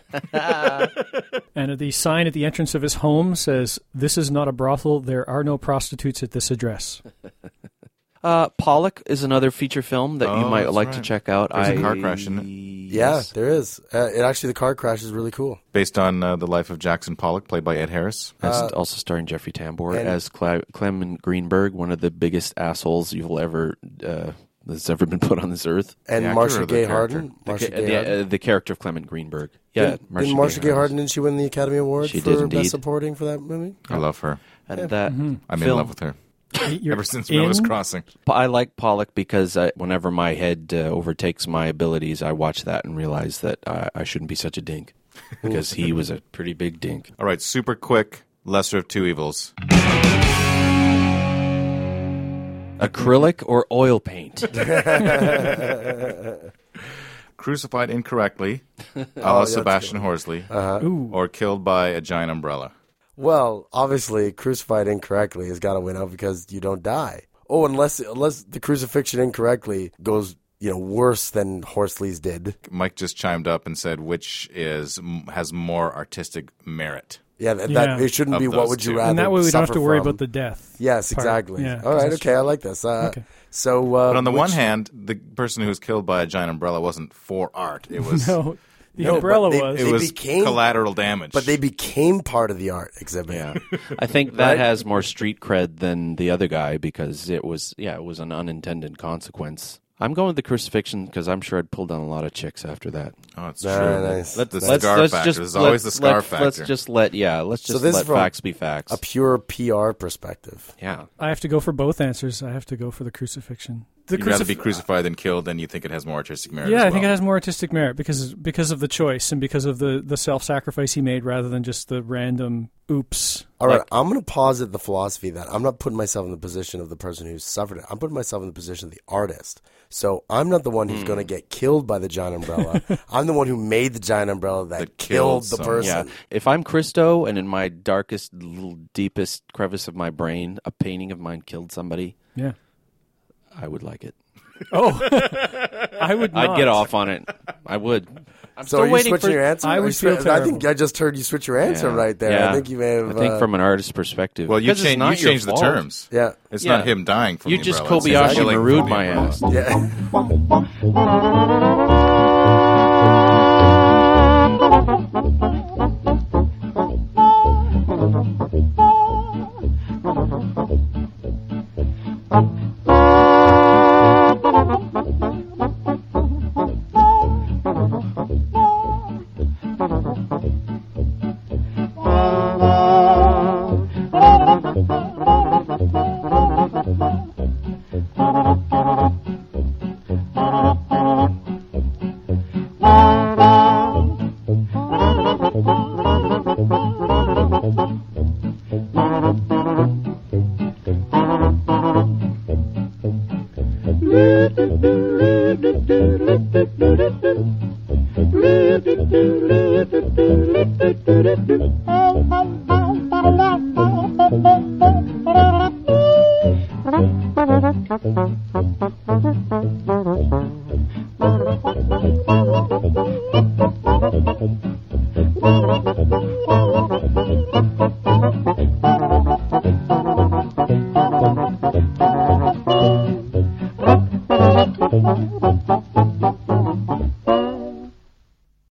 Speaker 3: and the sign at the entrance of his home says, "This is not a brothel. There are no prostitutes at this address."
Speaker 4: Uh, Pollock is another feature film that you
Speaker 1: Oh,
Speaker 4: might
Speaker 1: that's
Speaker 4: like to
Speaker 1: right.
Speaker 4: check out.
Speaker 1: There's
Speaker 4: I
Speaker 1: a car crash in it.
Speaker 2: Yeah, there is. Uh, it actually, the car crash is really cool.
Speaker 1: Based on uh, the life of Jackson Pollock, played by Ed Harris.
Speaker 4: That's also starring Jeffrey Tambor
Speaker 2: Uh, and-
Speaker 4: as Cla- Clement Greenberg, one of the biggest assholes you'll ever uh, that's ever been put on this earth.
Speaker 2: And
Speaker 1: The actor or
Speaker 2: Marsha
Speaker 1: the
Speaker 2: Gay
Speaker 1: character?
Speaker 2: Harden.
Speaker 4: The,
Speaker 2: Marsha
Speaker 4: ca-
Speaker 2: Gay
Speaker 4: the,
Speaker 2: Harden.
Speaker 4: uh, the character of Clement Greenberg. Yeah,
Speaker 2: didn't, didn't Marsha Gay Harden, didn't she win the Academy Award
Speaker 4: She
Speaker 2: for
Speaker 4: did indeed.
Speaker 2: Best Supporting for that movie?
Speaker 1: I love her.
Speaker 4: And that
Speaker 1: I'm in
Speaker 4: Mm-hmm. film-
Speaker 1: love with her.
Speaker 3: You're
Speaker 1: Ever since Miller's
Speaker 3: in?
Speaker 1: Crossing.
Speaker 4: I like Pollock because I, whenever my head uh, overtakes my abilities, I watch that and realize that I, I shouldn't be such a dink because he was a pretty big dink.
Speaker 1: All right, super quick. Lesser of two evils.
Speaker 4: Acrylic or oil paint?
Speaker 1: Crucified incorrectly, a la Sebastian Horsley, or killed by a giant umbrella.
Speaker 2: Well, obviously, crucified incorrectly has got to win out because you don't die. Oh, unless unless the crucifixion incorrectly goes, you know, worse than Horsley's did.
Speaker 1: Mike just chimed up and said, which is m- has more artistic merit?
Speaker 2: Yeah, that, that
Speaker 3: Yeah.
Speaker 2: it shouldn't
Speaker 1: Of
Speaker 2: be. What
Speaker 1: those
Speaker 2: would you
Speaker 1: two.
Speaker 2: rather?
Speaker 1: And
Speaker 3: and that way we don't have
Speaker 2: suffer
Speaker 3: to worry
Speaker 2: from?
Speaker 3: about the death.
Speaker 2: Yes,
Speaker 3: part.
Speaker 2: exactly.
Speaker 3: Yeah,
Speaker 2: All
Speaker 3: 'cause
Speaker 2: right.
Speaker 3: it's-
Speaker 2: Okay, I like this. Uh,
Speaker 3: Okay.
Speaker 2: So, uh,
Speaker 1: But on the
Speaker 2: which-
Speaker 1: one hand, the person who was killed by a giant umbrella wasn't for art. It was
Speaker 3: No, the
Speaker 2: No, but
Speaker 3: umbrella
Speaker 2: they-
Speaker 3: was.
Speaker 1: it
Speaker 2: They
Speaker 1: was
Speaker 2: became-
Speaker 1: collateral damage.
Speaker 2: but they became part of the art exhibit.
Speaker 4: Yeah, I think that has more street cred than the other guy because it was yeah it was an unintended consequence. I'm going with the crucifixion because I'm sure I'd pull down a lot of chicks after that.
Speaker 1: oh, it's
Speaker 2: Very
Speaker 1: true.
Speaker 2: nice.
Speaker 1: the
Speaker 2: Let's-
Speaker 1: scar factor. There's always the scar
Speaker 4: let,
Speaker 1: factor.
Speaker 4: Let's just let yeah let's
Speaker 2: So
Speaker 4: just
Speaker 2: this is
Speaker 4: let
Speaker 2: from
Speaker 4: facts be facts.
Speaker 2: A pure PR perspective.
Speaker 4: yeah,
Speaker 3: I have to go for both answers. I have to go for the crucifixion. The
Speaker 1: You'd rather be crucified than killed, and you think it has more artistic merit.
Speaker 3: Yeah,
Speaker 1: as
Speaker 3: I think it
Speaker 1: well.
Speaker 3: has more artistic merit because because of the choice and because of the, the self sacrifice he made rather than just the random oops.
Speaker 2: All right, I'm going to posit the philosophy that I'm not putting myself in the position of the person who suffered it. I'm putting myself in the position of the artist. So I'm not the one who's going to get killed by the giant umbrella. I'm the one who made the giant umbrella that,
Speaker 1: That
Speaker 2: killed,
Speaker 1: killed
Speaker 2: the
Speaker 1: someone.
Speaker 2: person.
Speaker 4: yeah. If I'm Christo and in my darkest, little, deepest crevice of my brain, a painting of mine killed somebody,
Speaker 3: Yeah.
Speaker 4: I would like it.
Speaker 3: Oh, I would. Not.
Speaker 4: I'd get off on it. I would. I'm
Speaker 2: So are you switching your answer?
Speaker 3: I
Speaker 2: Are
Speaker 3: would
Speaker 2: you swi-
Speaker 3: feel
Speaker 2: I think
Speaker 3: terrible.
Speaker 2: I just heard you switch your answer
Speaker 4: Yeah.
Speaker 2: right there.
Speaker 4: Yeah.
Speaker 2: I think you may have.
Speaker 4: I think
Speaker 2: uh,
Speaker 4: from an artist's perspective.
Speaker 1: Well, you
Speaker 4: Because it's
Speaker 1: change
Speaker 4: not
Speaker 1: you
Speaker 4: your
Speaker 1: change the
Speaker 4: fault.
Speaker 1: terms.
Speaker 2: yeah,
Speaker 1: It's
Speaker 4: Yeah.
Speaker 1: not him dying from
Speaker 4: You
Speaker 1: the
Speaker 4: just
Speaker 1: umbrella. It's his
Speaker 4: Kobayashi
Speaker 1: killing from
Speaker 4: Maru'd
Speaker 1: the
Speaker 4: my
Speaker 1: umbrella.
Speaker 4: ass.
Speaker 2: yeah.